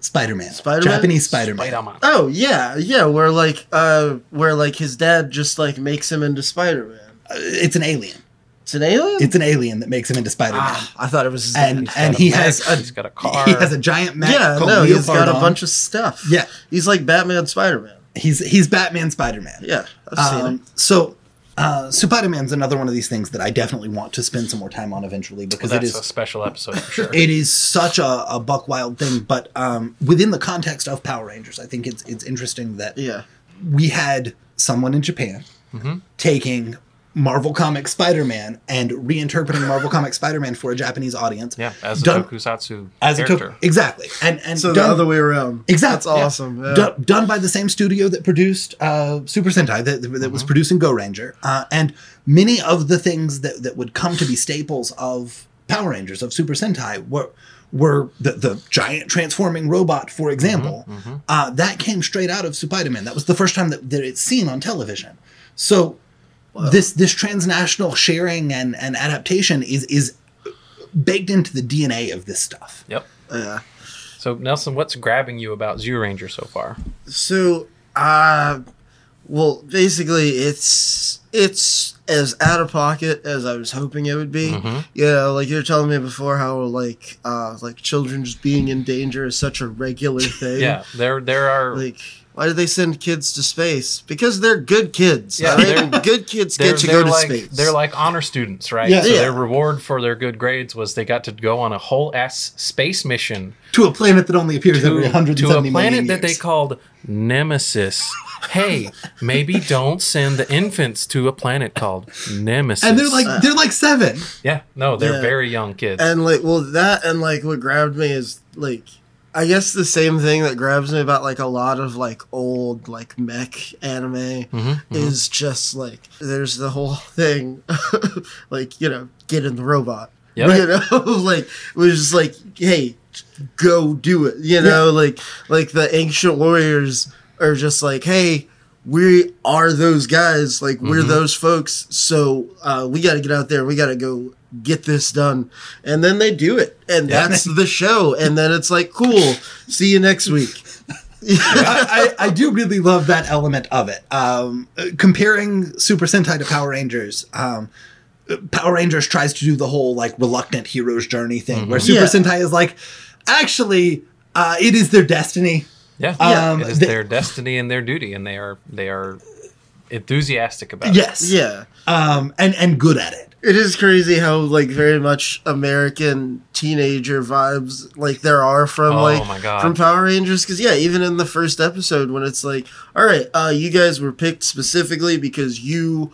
[SPEAKER 4] Spider Man
[SPEAKER 3] Spider-Man?
[SPEAKER 4] Japanese Spider Man
[SPEAKER 2] Spider-Man.
[SPEAKER 3] Oh yeah, yeah. Where like, uh, where like his dad just like makes him into Spider Man.
[SPEAKER 4] Uh, it's an alien
[SPEAKER 3] It's an alien.
[SPEAKER 4] it's an alien that makes him into Spider Man
[SPEAKER 3] ah, I thought it was his
[SPEAKER 4] And- and
[SPEAKER 2] He's got
[SPEAKER 3] dad.
[SPEAKER 2] a
[SPEAKER 4] he
[SPEAKER 2] mech,
[SPEAKER 4] has a-
[SPEAKER 2] he's got a car.
[SPEAKER 4] he has a giant map
[SPEAKER 3] yeah,
[SPEAKER 4] called
[SPEAKER 3] no, he's got a
[SPEAKER 4] Leopardon.
[SPEAKER 3] bunch of stuff.
[SPEAKER 4] Yeah.
[SPEAKER 3] he's like Batman, Spider Man.
[SPEAKER 4] he's he's Batman Spider Man
[SPEAKER 3] Yeah, I've seen it.
[SPEAKER 4] Um, so, uh, Spider Man's another one of these things that I definitely want to spend some more time on eventually because it
[SPEAKER 2] That's a
[SPEAKER 4] is
[SPEAKER 2] special episode for sure.
[SPEAKER 4] it is such a, a buck wild thing. But um, within the context of Power Rangers, I think it's it's interesting that
[SPEAKER 3] Yeah,
[SPEAKER 4] we had someone in Japan
[SPEAKER 2] Mm-hmm.
[SPEAKER 4] taking Marvel Comics Spider Man and reinterpreting Marvel Comics Spider Man for a Japanese audience.
[SPEAKER 2] yeah, as a
[SPEAKER 4] done-
[SPEAKER 2] tokusatsu
[SPEAKER 4] as a to-
[SPEAKER 2] character.
[SPEAKER 4] exactly, and and
[SPEAKER 3] so
[SPEAKER 4] done-
[SPEAKER 3] the other way around.
[SPEAKER 4] Exactly.
[SPEAKER 3] That's awesome. Yeah.
[SPEAKER 4] Done, done by the same studio that produced uh, Super Sentai, that, that was
[SPEAKER 3] Mm-hmm.
[SPEAKER 4] producing Go Ranger. Uh, and many of the things that, that would come to be staples of Power Rangers, of Super Sentai, were, were the, the giant transforming robot,
[SPEAKER 3] Mm-hmm,
[SPEAKER 4] for example. Uh, that came straight out of Spider-Man. That was the first time that, that it's seen on television. So this this transnational sharing and, and adaptation is is baked into the DNA of this stuff.
[SPEAKER 2] Yep.
[SPEAKER 3] Yeah.
[SPEAKER 2] So Nelson, what's grabbing you about Zoo Ranger so far?
[SPEAKER 3] So, uh, well, basically, it's it's as out of pocket as I was hoping it would be.
[SPEAKER 2] Mm-hmm.
[SPEAKER 3] Yeah, like you were telling me before, how like uh, like children just being in danger is such a regular thing.
[SPEAKER 2] Yeah, there there are
[SPEAKER 3] Like, why do they send kids to space? Because they're good kids.
[SPEAKER 2] Yeah,
[SPEAKER 3] Yeah,
[SPEAKER 2] they're-
[SPEAKER 3] good kids
[SPEAKER 2] they're,
[SPEAKER 3] get to
[SPEAKER 2] they're
[SPEAKER 3] go to
[SPEAKER 2] like
[SPEAKER 3] space.
[SPEAKER 2] they're like honor students, right?
[SPEAKER 4] Yeah.
[SPEAKER 2] So
[SPEAKER 3] Yeah.
[SPEAKER 2] their reward for their good grades was they got to go on a whole ass space mission
[SPEAKER 4] To a planet that only appears every
[SPEAKER 2] to,
[SPEAKER 4] 170
[SPEAKER 2] to a
[SPEAKER 4] million
[SPEAKER 2] planet that they
[SPEAKER 4] years.
[SPEAKER 2] called Nemesis. hey, maybe don't send the infants to a planet called Nemesis.
[SPEAKER 4] and they're like they're like seven.
[SPEAKER 2] yeah, no, they're
[SPEAKER 3] Yeah.
[SPEAKER 2] very young kids.
[SPEAKER 3] and like well that and like what grabbed me is like i guess the same thing that grabs me about like a lot of like old like mech anime is just like there's the whole thing like you know get in the robot
[SPEAKER 2] Yep.
[SPEAKER 3] you know like it was just like hey go do it you know like like the ancient warriors are just like hey we are those guys like we're those folks so uh, we got to get out there we got to go get this done and then they do it and that's the show and then it's like cool see you next week
[SPEAKER 4] I, I, I do really love that element of it. Um, uh, comparing Super Sentai to Power Rangers, um, uh, Power Rangers tries to do the whole like reluctant hero's journey thing,
[SPEAKER 2] Mm-hmm.
[SPEAKER 4] where Super
[SPEAKER 3] Yeah.
[SPEAKER 4] Sentai is like, actually, uh, it is their destiny.
[SPEAKER 2] yeah,
[SPEAKER 4] um,
[SPEAKER 2] it is
[SPEAKER 4] they-
[SPEAKER 2] their destiny and their duty, and they are they are enthusiastic about it.
[SPEAKER 4] Yes,
[SPEAKER 3] yeah
[SPEAKER 4] um, and and good at it.
[SPEAKER 3] it is crazy how like very much american teenager vibes like there are from
[SPEAKER 2] Oh
[SPEAKER 3] like
[SPEAKER 2] my God.
[SPEAKER 3] from power rangers because yeah even in the first episode when it's like all right uh you guys were picked specifically because you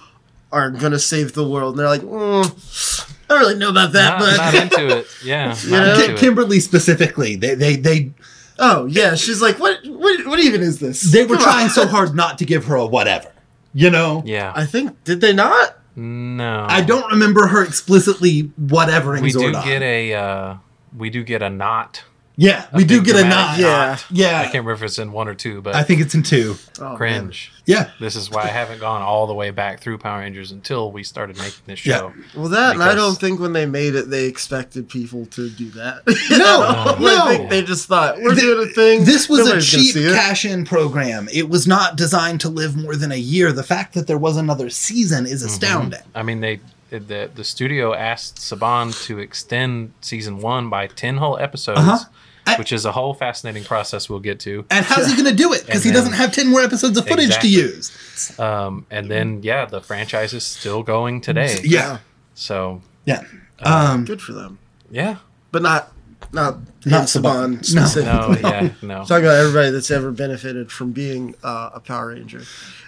[SPEAKER 3] are gonna save the world and they're like mm, i don't really know about that
[SPEAKER 2] Not,
[SPEAKER 3] but
[SPEAKER 2] not into it. Yeah, not
[SPEAKER 3] know?
[SPEAKER 2] into
[SPEAKER 4] Ki
[SPEAKER 2] it.
[SPEAKER 4] Kimberly specifically, they they they
[SPEAKER 3] Oh yeah, she's like, what? What what, what even is this?
[SPEAKER 4] They were
[SPEAKER 3] Come
[SPEAKER 4] trying
[SPEAKER 3] on.
[SPEAKER 4] so hard not to give her a whatever. You know?
[SPEAKER 2] Yeah.
[SPEAKER 3] I think did they not?
[SPEAKER 2] no.
[SPEAKER 4] I don't remember her explicitly whatevering
[SPEAKER 2] We do
[SPEAKER 4] Zordon.
[SPEAKER 2] get a. Uh, we do get a knot.
[SPEAKER 4] yeah, we do
[SPEAKER 2] big
[SPEAKER 4] get a nod.
[SPEAKER 2] dramatic
[SPEAKER 3] Yeah.
[SPEAKER 4] Yeah.
[SPEAKER 2] I can't remember if it's in one or two, but
[SPEAKER 4] I think it's in two.
[SPEAKER 3] Oh, man.
[SPEAKER 2] cringe.
[SPEAKER 4] Yeah.
[SPEAKER 2] This is why I haven't gone all the way back through Power Rangers until we started making this
[SPEAKER 4] Yeah.
[SPEAKER 2] show.
[SPEAKER 3] Well, that and I
[SPEAKER 2] Because-
[SPEAKER 3] don't think when they made it they expected people to do that.
[SPEAKER 4] No,
[SPEAKER 3] I
[SPEAKER 4] no.
[SPEAKER 3] think they just thought we're
[SPEAKER 4] Th-
[SPEAKER 3] doing a thing.
[SPEAKER 4] This was
[SPEAKER 3] Nobody's
[SPEAKER 4] a
[SPEAKER 3] gonna
[SPEAKER 4] cheap
[SPEAKER 3] see it."
[SPEAKER 4] cash in program. It was not designed to live more than a year. The fact that there was another season
[SPEAKER 2] Mm-hmm.
[SPEAKER 4] is astounding.
[SPEAKER 2] I mean, they the the studio asked Saban to extend season one by ten whole episodes,
[SPEAKER 4] Uh-huh. I-
[SPEAKER 2] which is a whole fascinating process we'll get to.
[SPEAKER 4] And how's he going to do it? Because
[SPEAKER 2] And
[SPEAKER 4] he
[SPEAKER 2] then-
[SPEAKER 4] doesn't have 10 more episodes of footage
[SPEAKER 2] Exactly.
[SPEAKER 4] to use.
[SPEAKER 2] Um, and then yeah, the franchise is still going today.
[SPEAKER 4] Yeah.
[SPEAKER 2] So
[SPEAKER 4] Yeah.
[SPEAKER 2] Uh,
[SPEAKER 4] Um,
[SPEAKER 3] Good for them,
[SPEAKER 2] yeah,
[SPEAKER 3] but not not
[SPEAKER 4] Not
[SPEAKER 3] not Saban
[SPEAKER 4] Saban. No.
[SPEAKER 3] specifically.
[SPEAKER 2] no, yeah, no.
[SPEAKER 3] Talking about everybody that's ever benefited from being uh, a Power Ranger,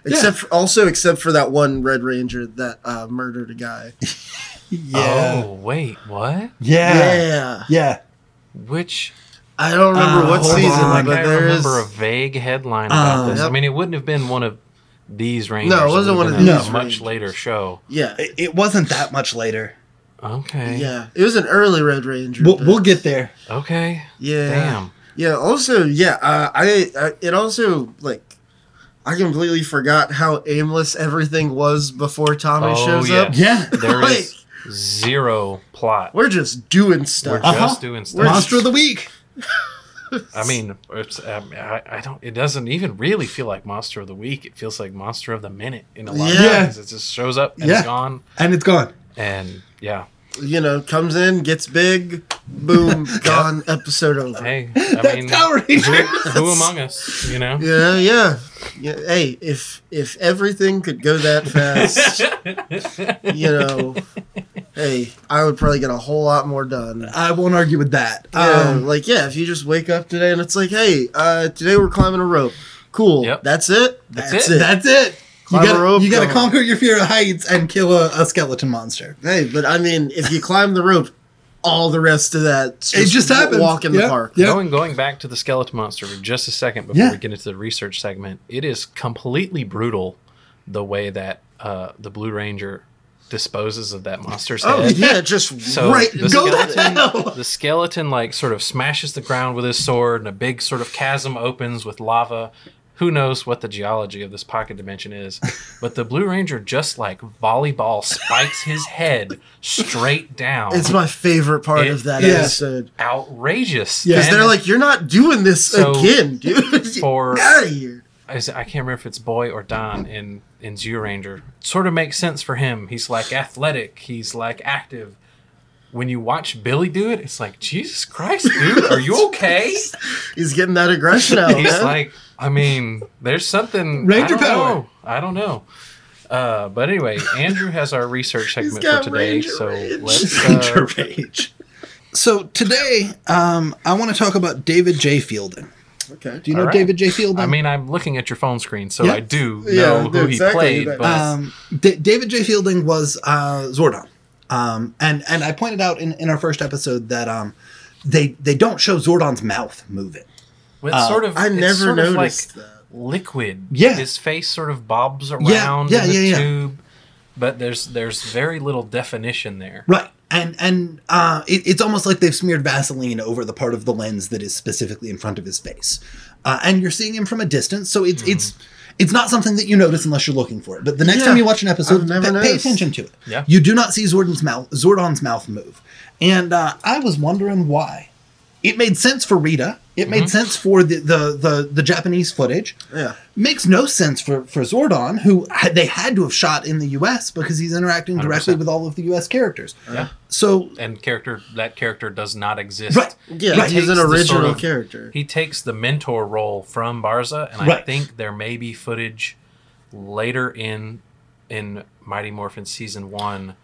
[SPEAKER 3] except for, also except for that one Red Ranger that uh, murdered a guy.
[SPEAKER 4] yeah.
[SPEAKER 2] Oh wait, what?
[SPEAKER 4] Yeah.
[SPEAKER 3] Yeah,
[SPEAKER 4] Yeah.
[SPEAKER 2] Which
[SPEAKER 3] I don't remember
[SPEAKER 4] Uh,
[SPEAKER 3] what
[SPEAKER 4] hold
[SPEAKER 3] season,
[SPEAKER 4] on.
[SPEAKER 3] but
[SPEAKER 2] I
[SPEAKER 3] there is Uh,
[SPEAKER 2] remember a vague headline about
[SPEAKER 4] Um,
[SPEAKER 2] this. I
[SPEAKER 3] Yep.
[SPEAKER 2] mean, it wouldn't have been one of these rangers. would've
[SPEAKER 3] wasn't one of
[SPEAKER 2] been a
[SPEAKER 4] these
[SPEAKER 2] much
[SPEAKER 3] Rangers.
[SPEAKER 2] later show.
[SPEAKER 3] yeah,
[SPEAKER 4] It, it wasn't that much later.
[SPEAKER 2] Okay.
[SPEAKER 3] yeah. It was an early Red Ranger.
[SPEAKER 4] We'll,
[SPEAKER 3] but-
[SPEAKER 4] we'll get there.
[SPEAKER 2] Okay.
[SPEAKER 3] Yeah.
[SPEAKER 2] Damn.
[SPEAKER 3] Yeah. Also, yeah. Uh, I, I it also like I completely forgot how aimless everything was before Tommy
[SPEAKER 2] Oh,
[SPEAKER 3] shows
[SPEAKER 2] yeah.
[SPEAKER 3] up.
[SPEAKER 4] Yeah.
[SPEAKER 2] There
[SPEAKER 3] Like,
[SPEAKER 2] is zero plot.
[SPEAKER 3] We're just doing
[SPEAKER 2] We're
[SPEAKER 3] stuff.
[SPEAKER 4] Uh-huh.
[SPEAKER 2] just doing
[SPEAKER 3] We're
[SPEAKER 2] stuff.
[SPEAKER 3] just-
[SPEAKER 4] Monster of the week.
[SPEAKER 2] I mean, it's, um, I, I don't. It doesn't even really feel like monster of the week. It feels like monster of the minute in a lot
[SPEAKER 3] Yeah.
[SPEAKER 2] of things. It just shows up and
[SPEAKER 4] Yeah.
[SPEAKER 2] it's gone.
[SPEAKER 4] And it's gone.
[SPEAKER 2] And yeah,
[SPEAKER 3] you know, comes in, gets big, boom, gone. Episode over.
[SPEAKER 2] hey, I
[SPEAKER 4] That's
[SPEAKER 2] mean,
[SPEAKER 4] Power
[SPEAKER 2] who,
[SPEAKER 4] Rangers.
[SPEAKER 2] who among us? You know.
[SPEAKER 3] Yeah, yeah, yeah. Hey, if if everything could go that fast, you know, hey, I would probably get a whole lot more done.
[SPEAKER 4] I won't argue with that.
[SPEAKER 3] Yeah,
[SPEAKER 4] Um,
[SPEAKER 3] like yeah, if you just wake up today and it's like, hey, uh, today we're climbing a rope. Cool.
[SPEAKER 2] Yep.
[SPEAKER 3] That's it.
[SPEAKER 2] That's it.
[SPEAKER 4] That's it. You
[SPEAKER 3] Climb a
[SPEAKER 4] gotta,
[SPEAKER 3] rope,
[SPEAKER 4] you gotta
[SPEAKER 3] go.
[SPEAKER 4] conquer your fear of heights and kill a, a skeleton monster.
[SPEAKER 3] Hey, but I mean, if you climb the rope, all the rest of that
[SPEAKER 4] It just happens.
[SPEAKER 3] Walk in
[SPEAKER 4] Yeah,
[SPEAKER 3] the park.
[SPEAKER 4] yeah.
[SPEAKER 2] Going going back to the skeleton monster for just a second before
[SPEAKER 4] Yeah.
[SPEAKER 2] we get into the research segment, it is completely brutal the way that uh, the Blue Ranger disposes of that monster's
[SPEAKER 3] Oh
[SPEAKER 2] head.
[SPEAKER 3] yeah, just
[SPEAKER 2] So
[SPEAKER 3] right.
[SPEAKER 2] the
[SPEAKER 3] Go
[SPEAKER 2] skeleton,
[SPEAKER 3] that
[SPEAKER 2] the skeleton like sort of smashes the ground with his sword, and a big sort of chasm opens with lava. Who knows what the geology of this pocket dimension is? But the Blue Ranger just like volleyball spikes his head straight down.
[SPEAKER 3] It's my favorite part
[SPEAKER 2] It
[SPEAKER 3] of that
[SPEAKER 4] is.
[SPEAKER 3] episode
[SPEAKER 2] outrageous.
[SPEAKER 4] Yeah.
[SPEAKER 3] because
[SPEAKER 2] And
[SPEAKER 3] they're like, "You're not doing this
[SPEAKER 2] So,
[SPEAKER 3] again, dude.
[SPEAKER 2] for-
[SPEAKER 3] out of here."
[SPEAKER 2] is- I can't remember if it's Boy or Don in in Zero Ranger. Sort of makes sense for him. He's like athletic. He's like active. When you watch Billy do it, it's like Jesus Christ, dude, are you okay?
[SPEAKER 3] He's getting that aggression out.
[SPEAKER 2] He's
[SPEAKER 3] man.
[SPEAKER 2] like, I mean, there's something.
[SPEAKER 4] Ranger
[SPEAKER 2] I don't
[SPEAKER 4] power.
[SPEAKER 2] Know. I don't know. Uh, but anyway, Andrew has our research segment for
[SPEAKER 3] got
[SPEAKER 2] today,
[SPEAKER 3] Ranger
[SPEAKER 2] so
[SPEAKER 3] rage.
[SPEAKER 2] let's. Uh,
[SPEAKER 4] rage. So today, um, I want to talk about David J. Fielding.
[SPEAKER 3] okay.
[SPEAKER 4] Do you know
[SPEAKER 2] All right.
[SPEAKER 4] David J. Fielding?
[SPEAKER 2] I mean, I'm looking at your phone screen, so
[SPEAKER 4] Yeah.
[SPEAKER 2] I do know
[SPEAKER 3] Yeah,
[SPEAKER 2] who
[SPEAKER 3] exactly.
[SPEAKER 2] he played.
[SPEAKER 3] That-
[SPEAKER 2] But
[SPEAKER 4] um, D- David J. Fielding was uh, Zordon, um, and and I pointed out in, in our first episode that um, they they don't show Zordon's mouth moving.
[SPEAKER 2] with sort of,
[SPEAKER 3] I
[SPEAKER 2] it's
[SPEAKER 3] never
[SPEAKER 2] sort of like
[SPEAKER 3] noticed that.
[SPEAKER 2] liquid.
[SPEAKER 4] Yeah.
[SPEAKER 2] his face sort of bobs around
[SPEAKER 4] Yeah, yeah,
[SPEAKER 2] in the
[SPEAKER 4] yeah, yeah.
[SPEAKER 2] tube, but there's there's very little definition there.
[SPEAKER 4] Right. And and uh, it, it's almost like they've smeared Vaseline over the part of the lens that is specifically in front of his face, uh, and you're seeing him from a distance, so it's it's it's not something that you notice unless you're looking for it. But the next
[SPEAKER 3] Hmm. Yeah.
[SPEAKER 4] time you watch an episode,
[SPEAKER 3] I've never
[SPEAKER 4] pa- pay
[SPEAKER 3] noticed.
[SPEAKER 4] attention to it.
[SPEAKER 2] Yeah.
[SPEAKER 4] You do not see Zordon's mouth Zordon's mouth move, and uh, I was wondering why. It made sense for Rita. It
[SPEAKER 3] Mm-hmm.
[SPEAKER 4] made sense for the the the, the Japanese footage
[SPEAKER 3] Yeah.
[SPEAKER 4] makes no sense for for Zordon, who had, they had to have shot in the U.S. because he's interacting directly
[SPEAKER 2] 100%.
[SPEAKER 4] with all of the U.S. characters.
[SPEAKER 2] Yeah.
[SPEAKER 4] So
[SPEAKER 2] And character that character does not exist.
[SPEAKER 4] Right.
[SPEAKER 3] Yeah,
[SPEAKER 4] Right.
[SPEAKER 3] he's
[SPEAKER 2] takes
[SPEAKER 3] an
[SPEAKER 2] the sort
[SPEAKER 3] original
[SPEAKER 2] of-
[SPEAKER 3] character.
[SPEAKER 2] He takes the mentor role from Barza, and I
[SPEAKER 4] Right.
[SPEAKER 2] think there may be footage later in in Mighty Morphin season one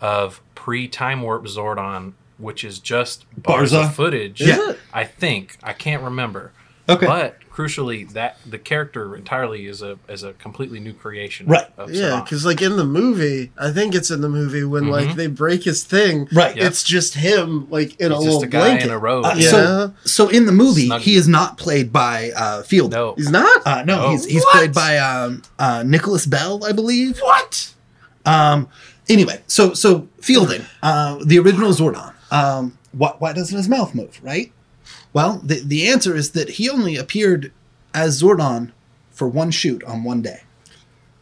[SPEAKER 2] of pre Time Warp Zordon, which is just Barza,
[SPEAKER 4] Barza?
[SPEAKER 2] footage.
[SPEAKER 4] Is Yeah.
[SPEAKER 3] it?
[SPEAKER 2] I think I can't remember,
[SPEAKER 4] Okay.
[SPEAKER 2] But crucially, that the character entirely is a is a completely new creation.
[SPEAKER 4] Right.
[SPEAKER 2] Of
[SPEAKER 3] Yeah,
[SPEAKER 2] Savant.
[SPEAKER 3] because like in the movie, I think it's in the movie when
[SPEAKER 2] Mm-hmm.
[SPEAKER 3] like they break his thing.
[SPEAKER 4] Right. Yeah.
[SPEAKER 3] It's just him, like in a
[SPEAKER 2] He's
[SPEAKER 3] little
[SPEAKER 2] just a guy
[SPEAKER 3] blanket.
[SPEAKER 2] in a robe.
[SPEAKER 4] Uh,
[SPEAKER 3] Yeah.
[SPEAKER 4] So, so in the movie,
[SPEAKER 2] Snug.
[SPEAKER 4] he is not played by uh, Field.
[SPEAKER 2] no.
[SPEAKER 3] He's not.
[SPEAKER 4] Uh, no,
[SPEAKER 2] Oh.
[SPEAKER 4] he's he's
[SPEAKER 3] What?
[SPEAKER 4] played by um, uh, Nicholas Bell, I believe.
[SPEAKER 3] what?
[SPEAKER 4] Um, anyway, so so Fielding, uh, the original Zordon. Um, why, why doesn't his mouth move? Right. Well, the the answer is that he only appeared as Zordon for one shoot on one day.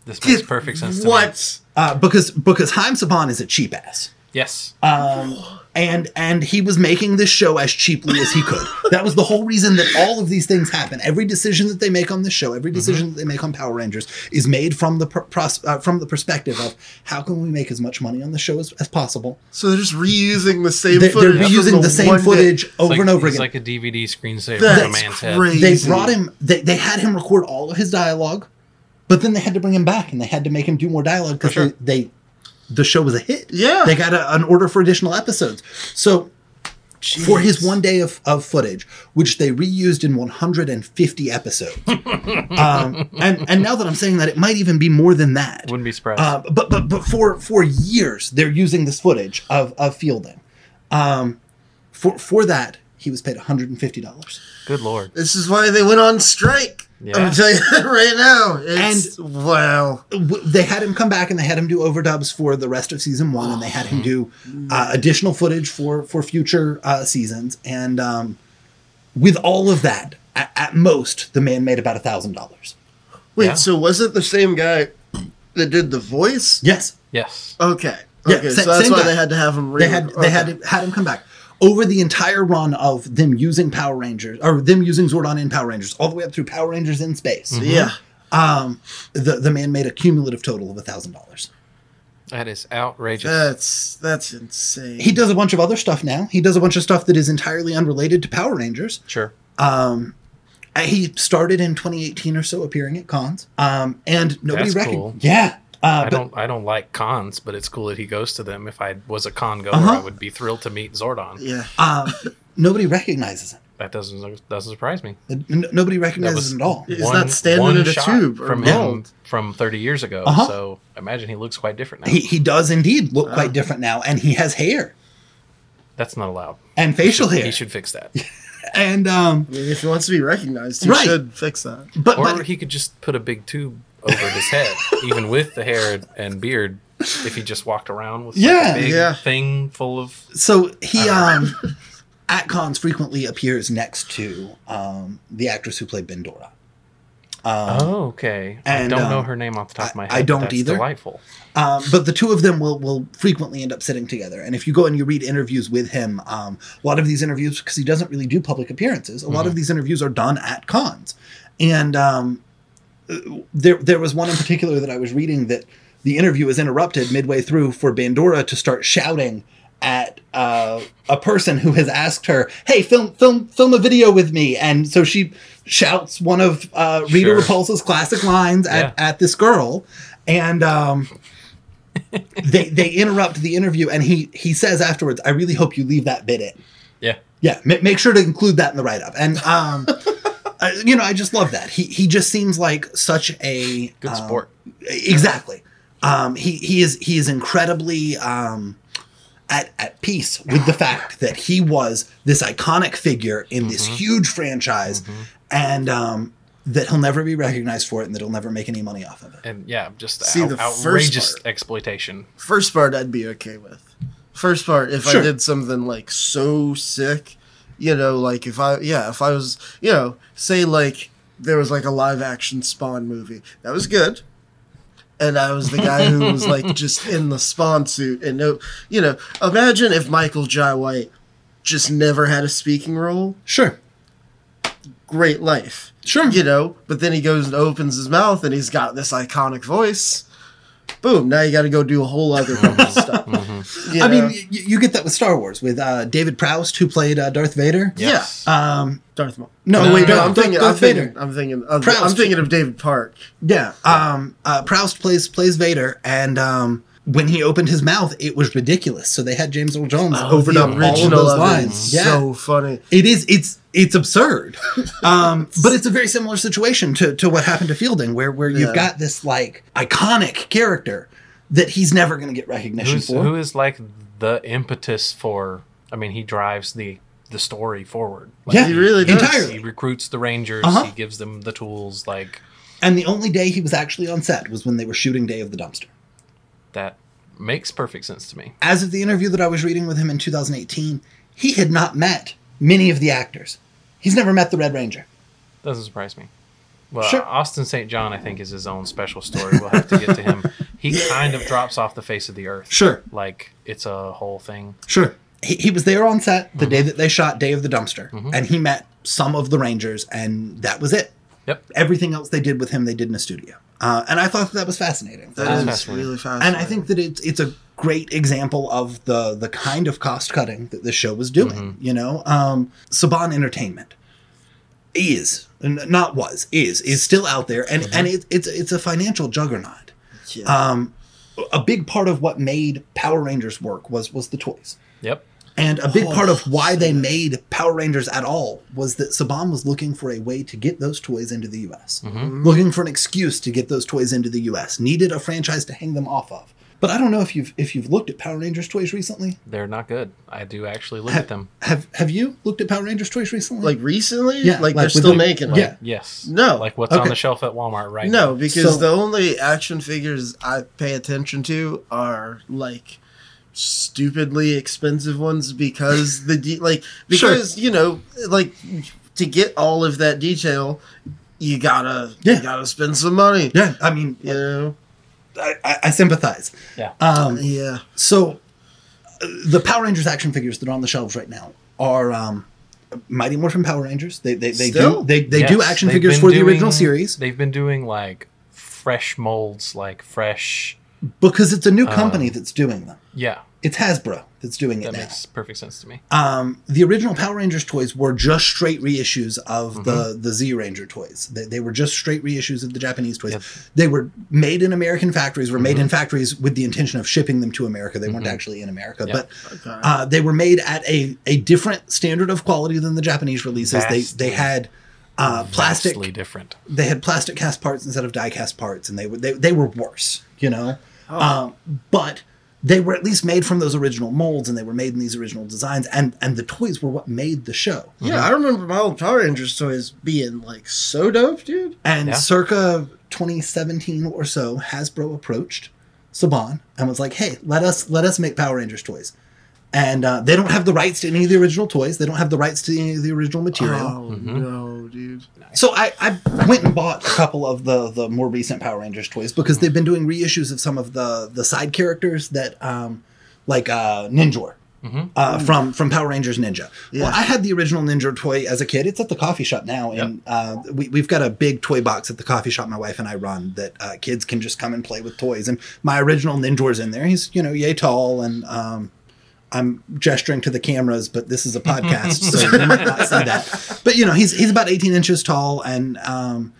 [SPEAKER 2] This makes perfect sense to me.
[SPEAKER 3] What?
[SPEAKER 4] Uh, because because Haim Saban is a cheap ass.
[SPEAKER 2] Yes.
[SPEAKER 4] Um, and and he was making this show as cheaply as he could. that was the whole reason that all of these things happen. Every decision that they make on this show, every decision that they make on Power Rangers, is made from the pr- pros- uh, from the perspective of how can we make as much money on the show as, as possible.
[SPEAKER 3] So they're just reusing the same
[SPEAKER 4] They're, they're
[SPEAKER 3] footage. from
[SPEAKER 4] reusing the, same
[SPEAKER 3] one day.
[SPEAKER 4] footage
[SPEAKER 2] It's
[SPEAKER 4] over
[SPEAKER 2] like-
[SPEAKER 4] and over
[SPEAKER 2] it's
[SPEAKER 4] again.
[SPEAKER 2] like a DVD screensaver of a
[SPEAKER 3] That's
[SPEAKER 2] man's head.
[SPEAKER 3] crazy.
[SPEAKER 4] they brought him. They, they had him record all of his dialogue, but then they had to bring him back and they had to make him do more dialogue because
[SPEAKER 2] sure.
[SPEAKER 4] they, they the show was a hit.
[SPEAKER 3] Yeah.
[SPEAKER 4] they got a, an order for additional episodes. So for his one day of, of footage, which they reused in 150 episodes. um, and and now that I'm saying that, it might even be more than that.
[SPEAKER 2] Wouldn't be surprised.
[SPEAKER 4] Uh, but but but for for years, they're using this footage of of Fielding. Um, for for that, he was paid 150 dollars.
[SPEAKER 2] Good lord.
[SPEAKER 3] This is why they went on strike.
[SPEAKER 2] Yeah.
[SPEAKER 3] I'm telling you that right now. It's, and wow,
[SPEAKER 4] w- they had him come back and they had him do overdubs for the rest of season one, and they had him do uh, additional footage for for future uh, seasons. And um, with all of that, at, at most, the man made about a thousand dollars.
[SPEAKER 3] wait.
[SPEAKER 2] Yeah.
[SPEAKER 3] So was it the same guy that did the voice?
[SPEAKER 4] Yes,
[SPEAKER 2] Yes.
[SPEAKER 3] Okay.
[SPEAKER 4] Yeah,
[SPEAKER 3] okay.
[SPEAKER 4] sa-
[SPEAKER 3] so that's
[SPEAKER 4] same
[SPEAKER 3] why
[SPEAKER 4] guy.
[SPEAKER 3] they had to have him. Re-
[SPEAKER 4] they had
[SPEAKER 3] okay.
[SPEAKER 4] they had had him come back over the entire run of them using Power Rangers or them using Zordon in Power Rangers, all the way up through Power Rangers in Space.
[SPEAKER 3] Mm-hmm. Yeah.
[SPEAKER 4] Um, the the man made a cumulative total of a thousand dollars.
[SPEAKER 2] That is outrageous.
[SPEAKER 3] Uh, That's that's insane.
[SPEAKER 4] He does a bunch of other stuff now. He does a bunch of stuff that is entirely unrelated to Power Rangers.
[SPEAKER 2] sure.
[SPEAKER 4] Um, uh, he started in 2018 or so, appearing at cons, um, and nobody
[SPEAKER 2] That's
[SPEAKER 4] recognized.
[SPEAKER 2] cool.
[SPEAKER 4] Yeah, uh,
[SPEAKER 2] I
[SPEAKER 4] but,
[SPEAKER 2] don't I don't like cons, but it's cool that he goes to them. If I was a con goer,
[SPEAKER 4] Uh-huh.
[SPEAKER 2] I would be thrilled to meet Zordon.
[SPEAKER 3] yeah.
[SPEAKER 4] um, nobody recognizes him.
[SPEAKER 2] That doesn't doesn't surprise me.
[SPEAKER 4] N- nobody
[SPEAKER 2] That
[SPEAKER 4] recognizes
[SPEAKER 2] was
[SPEAKER 4] him at all.
[SPEAKER 3] He's not standing in a
[SPEAKER 2] shot
[SPEAKER 3] tube or
[SPEAKER 2] from him
[SPEAKER 3] mold.
[SPEAKER 2] from 30 years ago.
[SPEAKER 4] Uh-huh.
[SPEAKER 2] So I imagine he looks quite different now.
[SPEAKER 4] He, he does indeed look quite different now, and he has hair
[SPEAKER 2] That's not allowed.
[SPEAKER 4] and facial hair.
[SPEAKER 2] He should fix that.
[SPEAKER 4] And um,
[SPEAKER 3] I mean, if he wants to be recognized, he
[SPEAKER 4] Right.
[SPEAKER 3] should fix that.
[SPEAKER 4] but,
[SPEAKER 2] Or
[SPEAKER 4] but
[SPEAKER 2] he could just put a big tube over his head, even with the hair and beard, if he just walked around with like,
[SPEAKER 4] Yeah,
[SPEAKER 2] a big
[SPEAKER 3] yeah.
[SPEAKER 2] thing full of
[SPEAKER 4] so he um, at cons frequently appears next to um, the actress who played Bendora. Um,
[SPEAKER 2] Oh, okay.
[SPEAKER 4] and,
[SPEAKER 2] I don't know
[SPEAKER 4] um,
[SPEAKER 2] her name off the top of my
[SPEAKER 4] I-
[SPEAKER 2] head.
[SPEAKER 4] I
[SPEAKER 2] but
[SPEAKER 4] don't
[SPEAKER 2] that's
[SPEAKER 4] either.
[SPEAKER 2] Delightful.
[SPEAKER 4] Um, but the two of them will will frequently end up sitting together. And if you go and you read interviews with him, um, a lot of these interviews because he doesn't really do public appearances. A
[SPEAKER 2] Mm-hmm.
[SPEAKER 4] lot of these interviews are done at cons, and um, uh, there there was one in particular that I was reading that the interview was interrupted midway through for Bandora to start shouting at uh, a person who has asked her, "Hey, film film film a video with me," and so she shouts one of uh, Rita
[SPEAKER 2] Sure.
[SPEAKER 4] Repulsa's classic lines at,
[SPEAKER 2] Yeah.
[SPEAKER 4] at this girl, and. Um, they they interrupt the interview and he he says afterwards i really hope you leave that bit in
[SPEAKER 2] Yeah.
[SPEAKER 4] yeah ma- make sure to include that in the write-up and um uh, you know i just love that he he just seems like such a
[SPEAKER 2] Good
[SPEAKER 4] um,
[SPEAKER 2] sport.
[SPEAKER 4] exactly um he he is he is incredibly um at, at peace with the fact that he was this iconic figure in this
[SPEAKER 2] Mm-hmm.
[SPEAKER 4] huge franchise and um that he'll never be recognized for it and that he'll never make any money off of it
[SPEAKER 2] And yeah, just
[SPEAKER 3] See,
[SPEAKER 2] ou-
[SPEAKER 3] the first
[SPEAKER 2] outrageous
[SPEAKER 3] part-
[SPEAKER 2] exploitation.
[SPEAKER 3] First part, I'd be okay with. First part, if
[SPEAKER 4] Sure.
[SPEAKER 3] I did something like so sick, you know, like if I, yeah, if I was, you know, say like there was like a live action Spawn movie that was good, and I was the guy who was like just in the Spawn suit and no, you know, imagine if Michael Jai White just never had a speaking role.
[SPEAKER 4] sure
[SPEAKER 3] Great life.
[SPEAKER 4] sure
[SPEAKER 3] you know but then he goes and opens his mouth and he's got this iconic voice boom now you got to go do a whole other bunch of stuff You
[SPEAKER 4] Mm-hmm. I mean,
[SPEAKER 3] know?
[SPEAKER 4] y- you get that with Star Wars with uh, David Proust, who played uh, Darth Vader.
[SPEAKER 3] Yeah. uh,
[SPEAKER 2] Yes.
[SPEAKER 4] Um,
[SPEAKER 3] darth maul
[SPEAKER 4] no,
[SPEAKER 2] No,
[SPEAKER 4] wait,
[SPEAKER 2] no,
[SPEAKER 4] Darth,
[SPEAKER 3] i'm thinking i'm
[SPEAKER 4] Darth Vader.
[SPEAKER 3] thinking i'm thinking of,
[SPEAKER 4] Proust.
[SPEAKER 3] i'm thinking of david park
[SPEAKER 4] Yeah. Um, uh, Proust plays plays Vader, and um, when he opened his mouth, it was ridiculous. So they had James Earl Jones
[SPEAKER 3] Oh, the
[SPEAKER 4] overdub all of
[SPEAKER 3] original
[SPEAKER 4] those
[SPEAKER 3] of it.
[SPEAKER 4] lines. Yeah.
[SPEAKER 3] So funny.
[SPEAKER 4] It is. It's it's absurd, um, but it's a very similar situation to, to what happened to Fielding, where where you've
[SPEAKER 3] Yeah.
[SPEAKER 4] got this like iconic character that he's never going to get recognition
[SPEAKER 2] Who's,
[SPEAKER 4] for.
[SPEAKER 2] who is like the impetus for? I mean, he drives the the story forward. Like,
[SPEAKER 4] yeah,
[SPEAKER 3] He really does.
[SPEAKER 2] He
[SPEAKER 4] entirely.
[SPEAKER 2] recruits the rangers.
[SPEAKER 4] Uh-huh.
[SPEAKER 2] He gives them the tools. Like
[SPEAKER 4] And the only day he was actually on set was when they were shooting Day of the Dumpster.
[SPEAKER 2] that makes perfect sense to me.
[SPEAKER 4] As of the interview that I was reading with him in 2018, he had not met many of the actors. He's never met the Red Ranger.
[SPEAKER 2] Doesn't surprise me. Well,
[SPEAKER 4] Sure.
[SPEAKER 2] Austin St. John, I think, is his own special story. We'll have to get to him. He kind of drops off the face of the earth.
[SPEAKER 4] Sure.
[SPEAKER 2] Like it's a whole thing.
[SPEAKER 4] Sure. He, he was there on set the day that they shot Day of the Dumpster,
[SPEAKER 2] Mhm.
[SPEAKER 4] and he met some of the Rangers, and that was it.
[SPEAKER 2] Yep.
[SPEAKER 4] Everything else they did with him, they did in a studio. Uh, and I thought that, that was fascinating. Um,
[SPEAKER 3] That
[SPEAKER 2] That's
[SPEAKER 3] is
[SPEAKER 2] fascinating.
[SPEAKER 3] really fascinating.
[SPEAKER 4] and I think that it's it's a great example of the the kind of cost cutting that the show was doing. You know, um, Saban Entertainment is n- not was is is still out there, and and it, it's it's a financial juggernaut.
[SPEAKER 3] Yeah.
[SPEAKER 4] Um, a big part of what made Power Rangers work was was the toys.
[SPEAKER 2] Yep.
[SPEAKER 4] And a big part of why they made Power Rangers at all was that Saban was looking for a way to get those toys into the US, looking for an excuse to get those toys into the US, needed a franchise to hang them off of. But I don't know if you've if you've looked at Power Rangers toys recently.
[SPEAKER 2] They're not good. I do actually look at them.
[SPEAKER 4] Have Have you looked at Power Rangers toys recently?
[SPEAKER 3] like recently,
[SPEAKER 4] Yeah, like
[SPEAKER 3] like, they're
[SPEAKER 4] with
[SPEAKER 3] still
[SPEAKER 4] the-
[SPEAKER 3] making them.
[SPEAKER 4] yeah.
[SPEAKER 2] Yes.
[SPEAKER 3] No.
[SPEAKER 2] Like what's on
[SPEAKER 4] Okay.
[SPEAKER 2] the shelf at Walmart right now.
[SPEAKER 3] No, because
[SPEAKER 4] So-
[SPEAKER 3] the only action figures I pay attention to are like stupidly expensive ones because the de- like because you know like to get all of that detail you gotta
[SPEAKER 4] Yeah.
[SPEAKER 3] you gotta spend some money
[SPEAKER 4] yeah, I mean,
[SPEAKER 3] you know
[SPEAKER 4] I, I, I sympathize.
[SPEAKER 2] Yeah.
[SPEAKER 4] Um,
[SPEAKER 3] yeah
[SPEAKER 4] So, uh, the Power Rangers action figures that are on the shelves right now are um, Mighty Morphin Power Rangers. They they, they do
[SPEAKER 3] Still?
[SPEAKER 4] they, they
[SPEAKER 2] Yes,
[SPEAKER 4] do action
[SPEAKER 2] they've
[SPEAKER 4] figures
[SPEAKER 2] been
[SPEAKER 4] for the
[SPEAKER 2] doing-
[SPEAKER 4] original series
[SPEAKER 2] They've been doing like fresh molds, like fresh.
[SPEAKER 4] because it's a new company that's doing them.
[SPEAKER 2] Yeah,
[SPEAKER 4] It's Hasbro that's doing it
[SPEAKER 2] Uh, that
[SPEAKER 4] now.
[SPEAKER 2] makes perfect sense to me.
[SPEAKER 4] Um, the original Power Rangers toys were just straight reissues of
[SPEAKER 2] Mm-hmm.
[SPEAKER 4] the the Z Ranger toys. They, they were just straight reissues of the Japanese toys.
[SPEAKER 2] Yep. Mm-hmm.
[SPEAKER 4] They were made in American factories. Were made in factories with the intention of shipping them to America. They weren't actually in America,
[SPEAKER 2] Yeah.
[SPEAKER 4] but
[SPEAKER 3] okay.
[SPEAKER 4] Uh, they were made at a, a different standard of quality than the Japanese releases.
[SPEAKER 2] Vastly.
[SPEAKER 4] They they had uh, plastic
[SPEAKER 2] Vastly different.
[SPEAKER 4] they had plastic cast parts instead of die cast parts, and they were they, they were worse, you know. Um, but they were at least made from those original molds, and they were made in these original designs, and and the toys were what made the show.
[SPEAKER 3] yeah i remember my old power rangers toys being like so dope dude
[SPEAKER 4] And
[SPEAKER 2] Yeah.
[SPEAKER 4] circa 2017 or so, Hasbro approached Saban and was like, "Hey, let us let us make Power Rangers toys." And uh, they don't have the rights to any of the original toys. They don't have the rights to any of the original material.
[SPEAKER 3] oh no dude
[SPEAKER 4] So I, I went and bought a couple of the the more recent Power Rangers toys because they've been doing reissues of some of the the side characters that, um, like uh, Ninjor. Uh, from from Power Rangers Ninja.
[SPEAKER 3] Yeah.
[SPEAKER 4] Well, I had the original Ninja toy as a kid. It's at the coffee shop now, and uh, we, we've got a big toy box at the coffee shop my wife and I run that uh, kids can just come and play with toys. And my original Ninja's in there. He's you know yay tall, and um, I'm gesturing to the cameras, but this is a podcast, so you might not see that. But you know, he's he's about 18 inches tall and um,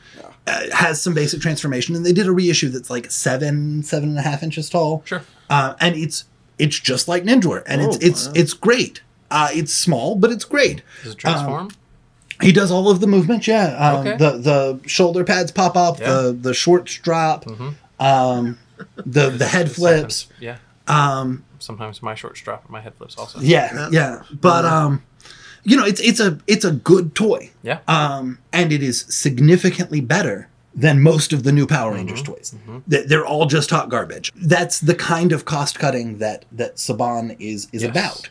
[SPEAKER 4] uh, has some basic transformation. And they did a reissue that's like seven, seven and a half inches tall.
[SPEAKER 2] Sure.
[SPEAKER 4] Uh, and it's it's just like Ninja, and
[SPEAKER 3] Oh,
[SPEAKER 4] it's it's
[SPEAKER 3] wow.
[SPEAKER 4] it's great. Uh, it's small, but it's great.
[SPEAKER 2] Does it
[SPEAKER 4] Um,
[SPEAKER 2] transform?
[SPEAKER 4] He does all of the movements, yeah. Um,
[SPEAKER 2] Okay.
[SPEAKER 4] The the shoulder pads pop up,
[SPEAKER 2] Yeah.
[SPEAKER 4] the the shorts drop, um, the the head
[SPEAKER 2] This happens-
[SPEAKER 4] flips.
[SPEAKER 2] Yeah.
[SPEAKER 4] Um,
[SPEAKER 2] Sometimes my shorts drop and my head flips also.
[SPEAKER 4] yeah, yeah. But um, you know, it's it's a it's a good toy.
[SPEAKER 2] Yeah.
[SPEAKER 4] Um, and it is significantly better than most of the new Power Rangers
[SPEAKER 2] Mm-hmm.
[SPEAKER 4] toys. They- They're all just hot garbage. That's the kind of cost cutting that that Saban is is
[SPEAKER 2] Yes. Uh.
[SPEAKER 4] about.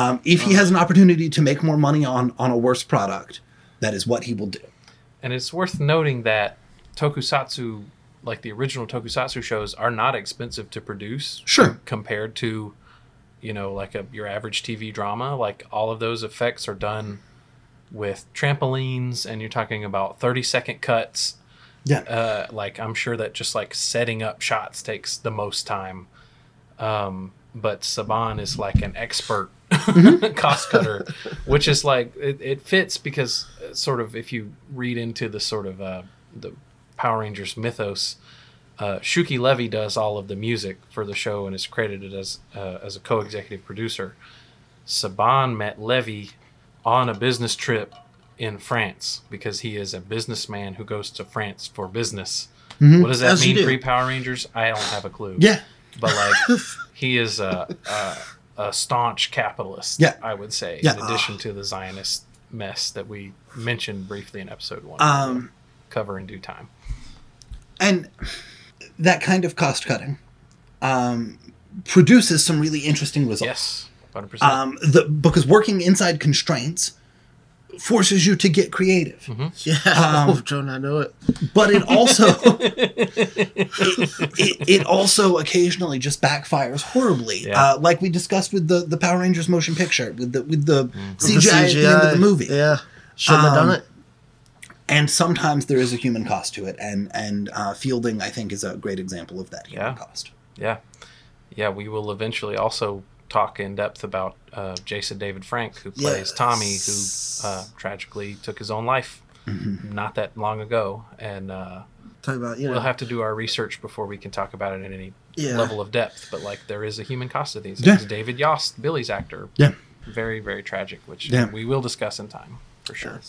[SPEAKER 4] Um, if he has an opportunity to make more money on on a worse product, that is what he will do.
[SPEAKER 2] And it's worth noting that tokusatsu, like the original tokusatsu shows, are not expensive to produce.
[SPEAKER 4] Sure.
[SPEAKER 2] Compared to, you know, like a, your average TV drama, like all of those effects are done with trampolines, and you're talking about 30 second cuts.
[SPEAKER 4] Yeah.
[SPEAKER 2] Uh, like I'm sure that just like setting up shots takes the most time. Um, but Saban is like an expert cost cutter, which is like it, it fits because uh, sort of if you read into the sort of uh, the Power Rangers mythos, Uh, Shuki Levy does all of the music for the show and is credited as uh, as a co-executive producer. Saban met Levy on a business trip in France because he is a businessman who goes to France for business. What does that
[SPEAKER 3] As you
[SPEAKER 2] mean
[SPEAKER 3] do.
[SPEAKER 2] pre Power Rangers? I don't have a clue.
[SPEAKER 4] Yeah.
[SPEAKER 2] but like he is a, a, a staunch capitalist.
[SPEAKER 4] Yeah.
[SPEAKER 2] I would say in
[SPEAKER 4] Yeah.
[SPEAKER 2] addition to the Zionist mess that we mentioned briefly in episode one,
[SPEAKER 4] Um,
[SPEAKER 2] cover in due time.
[SPEAKER 4] and that kind of cost cutting um, produces some really interesting results.
[SPEAKER 2] Yes, hundred percent.
[SPEAKER 4] Um, the, because working inside constraints forces you to get creative,
[SPEAKER 2] Mm-hmm.
[SPEAKER 3] Yeah.
[SPEAKER 4] Um,
[SPEAKER 3] oh, don't I know it?
[SPEAKER 4] but it also it, it, it also occasionally just backfires horribly,
[SPEAKER 2] Yeah.
[SPEAKER 4] uh, like we discussed with the, the Power Rangers motion picture with the with the
[SPEAKER 3] The
[SPEAKER 4] CGI, at the end of the movie.
[SPEAKER 3] Yeah. Shouldn't have
[SPEAKER 4] Um,
[SPEAKER 3] done it.
[SPEAKER 4] and sometimes there is a human cost to it and and uh, fielding i think is a great example of that human
[SPEAKER 2] Yeah.
[SPEAKER 4] cost
[SPEAKER 2] Yeah. Yeah, we will eventually also talk in depth about uh, Jason David Frank, who plays
[SPEAKER 3] Yes.
[SPEAKER 2] Tommy, who uh, tragically took his own life
[SPEAKER 4] Mm-hmm.
[SPEAKER 2] not that long ago. And uh,
[SPEAKER 3] Talk about, you know.
[SPEAKER 2] we'll have to do our research before we can talk about it in any
[SPEAKER 3] Yeah.
[SPEAKER 2] level of depth. But, like, there is a human cost to these.
[SPEAKER 4] Yeah.
[SPEAKER 2] things. David Yost, Billy's actor.
[SPEAKER 4] Yeah.
[SPEAKER 2] Very, very tragic, which
[SPEAKER 4] Yeah.
[SPEAKER 2] we will discuss in time for sure.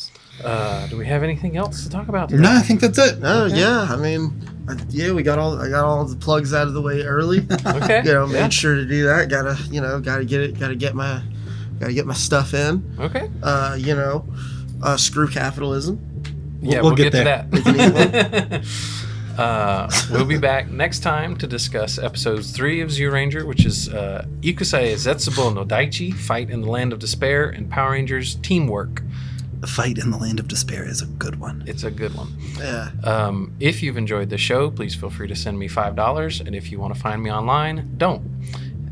[SPEAKER 2] Uh, do we have anything else to talk about?
[SPEAKER 4] no i think that's it
[SPEAKER 3] Oh
[SPEAKER 2] Mm-hmm.
[SPEAKER 3] yeah, I mean, I, yeah, we got all I got all the plugs out of the way early.
[SPEAKER 2] Okay.
[SPEAKER 3] you know, made
[SPEAKER 2] yeah.
[SPEAKER 3] sure to do that. Gotta, you know, gotta get it. Gotta get my, gotta get my stuff in.
[SPEAKER 2] Okay.
[SPEAKER 3] Uh, you know, uh, screw capitalism.
[SPEAKER 2] yeah, we'll,
[SPEAKER 4] we'll
[SPEAKER 2] get,
[SPEAKER 4] get
[SPEAKER 2] to that. uh, we'll be back next time to discuss episode three of Zero Ranger, which is uh, Ikusai Zetsubo no Daichi, Fight in the Land of Despair, and Power Rangers Teamwork.
[SPEAKER 4] the fight in the land of despair is a good one
[SPEAKER 2] It's a good one.
[SPEAKER 3] Yeah.
[SPEAKER 2] Um, if you've enjoyed the show, please feel free to send me $5. And if you want to find me online, don't.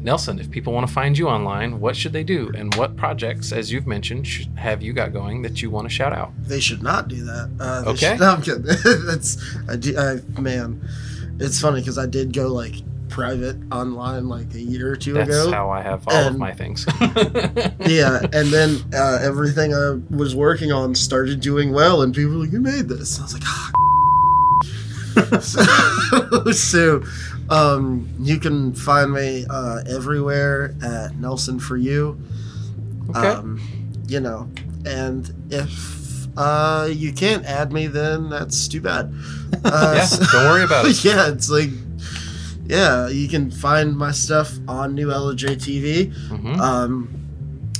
[SPEAKER 2] Nelson, if people want to find you online, what should they do? And what projects, as you've mentioned, sh- have you got going that you want to shout out?
[SPEAKER 3] They should not do that. Uh, they
[SPEAKER 2] Okay.
[SPEAKER 3] Should, no, I'm kidding. That's I do. I, man, it's funny because I did go like private online like a year or two
[SPEAKER 2] That's
[SPEAKER 3] ago.
[SPEAKER 2] how I have all of
[SPEAKER 3] And-
[SPEAKER 2] my things.
[SPEAKER 3] yeah, and then uh, everything I was working on started doing well, and people were like, "Who made this?" I was like, "Ah." so, so, um, you can find me uh, everywhere at Nelson for You.
[SPEAKER 2] Okay.
[SPEAKER 3] Um, you know, and if uh, you can't add me, then that's too bad. Uh,
[SPEAKER 2] yeah, don't worry about it.
[SPEAKER 3] yeah, it's like, yeah, you can find my stuff on New LJ TV
[SPEAKER 2] Mhm.
[SPEAKER 3] um,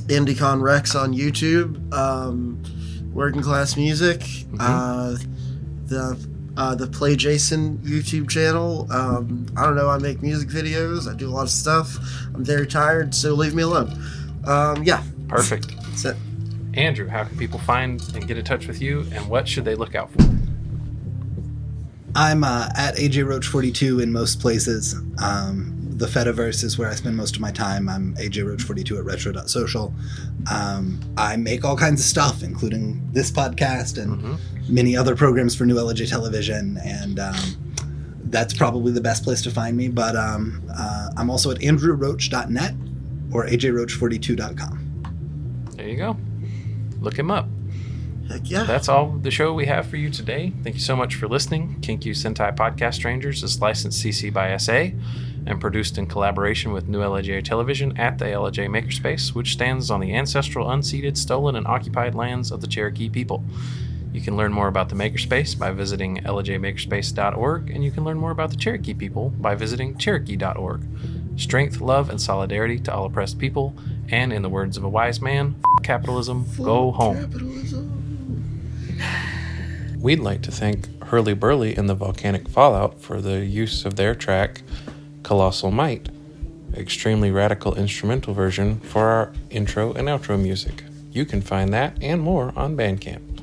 [SPEAKER 3] IndieCon Rex on YouTube, um, Working Class Music, uh, the uh, the Play Jason YouTube channel. Um, I don't know. I make music videos. I do a lot of stuff. I'm very tired, so leave me alone. Um, yeah,
[SPEAKER 2] Perfect.
[SPEAKER 3] that's it.
[SPEAKER 2] Andrew, how can people find and get in touch with you, and what should they look out for?
[SPEAKER 4] i'm uh, at aj roach 42 in most places um, the fediverse is where i spend most of my time i'm aj roach 42 at retro.social um, i make all kinds of stuff including this podcast and many other programs for new lj television and um, that's probably the best place to find me but um, uh, i'm also at andrewroach.net or ajroach42.com
[SPEAKER 2] There you go. Look him up.
[SPEAKER 3] Heck yeah.
[SPEAKER 2] That's all the show we have for you today. Thank you so much for listening. Kinkyu Sentai Podcast Strangers is licensed CC by SA and produced in collaboration with New LAJ Television at the LAJ Makerspace, which stands on the ancestral, unceded, stolen, and occupied lands of the Cherokee people. You can learn more about the Makerspace by visiting lajmakerspace.org, and you can learn more about the Cherokee people by visiting cherokee.org. Strength, love, and solidarity to all oppressed people, and in the words of a wise man, F- capitalism, go home. We'd like to thank Hurley Burley and the Volcanic Fallout for the use of their track Colossal Might, extremely radical instrumental version for our intro and outro music. You can find that and more on Bandcamp.